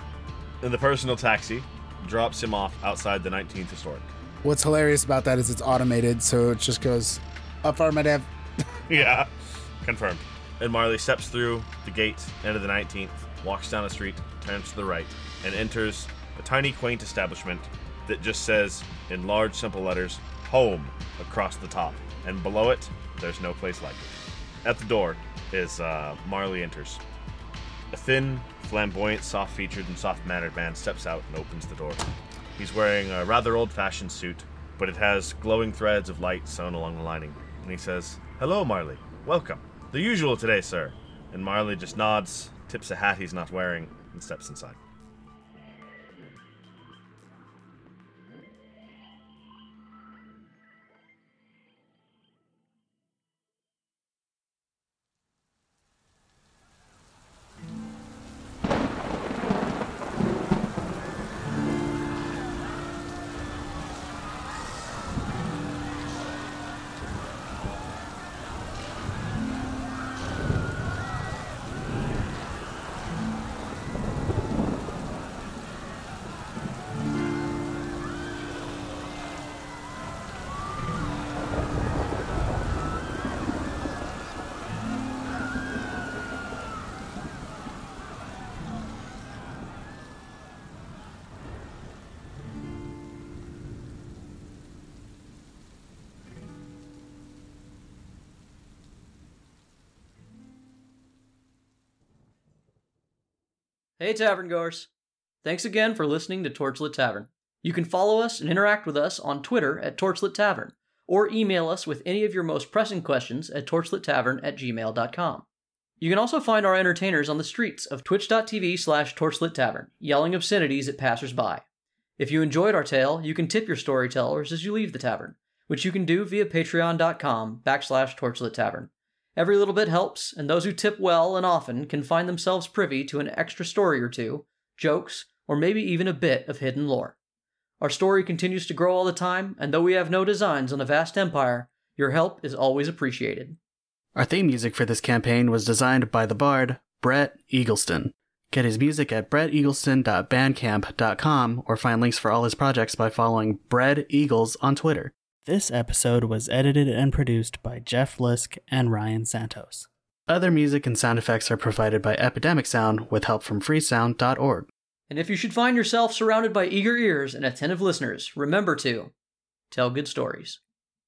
B: And the personal taxi drops him off outside the 19th historic.
H: What's hilarious about that is it's automated, so it just goes up affirmative.
B: [LAUGHS] yeah, confirmed. And Marley steps through the gate, end of the 19th, walks down the street, turns to the right, and enters a tiny, quaint establishment that just says, in large, simple letters, home across the top. And below it, there's no place like it. At the door is uh, Marley enters. A thin, flamboyant, soft featured, and soft mannered man steps out and opens the door. He's wearing a rather old fashioned suit, but it has glowing threads of light sewn along the lining. and he says, Hello, Marley. Welcome. The usual today, sir. And Marley just nods, tips a hat he's not wearing, and steps inside.
A: Hey, tavern goers! Thanks again for listening to Torchlit Tavern. You can follow us and interact with us on Twitter at Torchlit Tavern, or email us with any of your most pressing questions at torchlittavern at gmail.com. You can also find our entertainers on the streets of twitch.tv slash torchlittavern, yelling obscenities at passersby. If you enjoyed our tale, you can tip your storytellers as you leave the tavern, which you can do via patreon.com backslash torchlittavern. Every little bit helps, and those who tip well and often can find themselves privy to an extra story or two, jokes, or maybe even a bit of hidden lore. Our story continues to grow all the time, and though we have no designs on a vast empire, your help is always appreciated.
C: Our theme music for this campaign was designed by the bard Brett Eagleston. Get his music at bretteagleston.bandcamp.com or find links for all his projects by following Brett Eagles on Twitter. This episode was edited and produced by Jeff Lisk and Ryan Santos. Other music and sound effects are provided by Epidemic Sound with help from freesound.org.
A: And if you should find yourself surrounded by eager ears and attentive listeners, remember to tell good stories.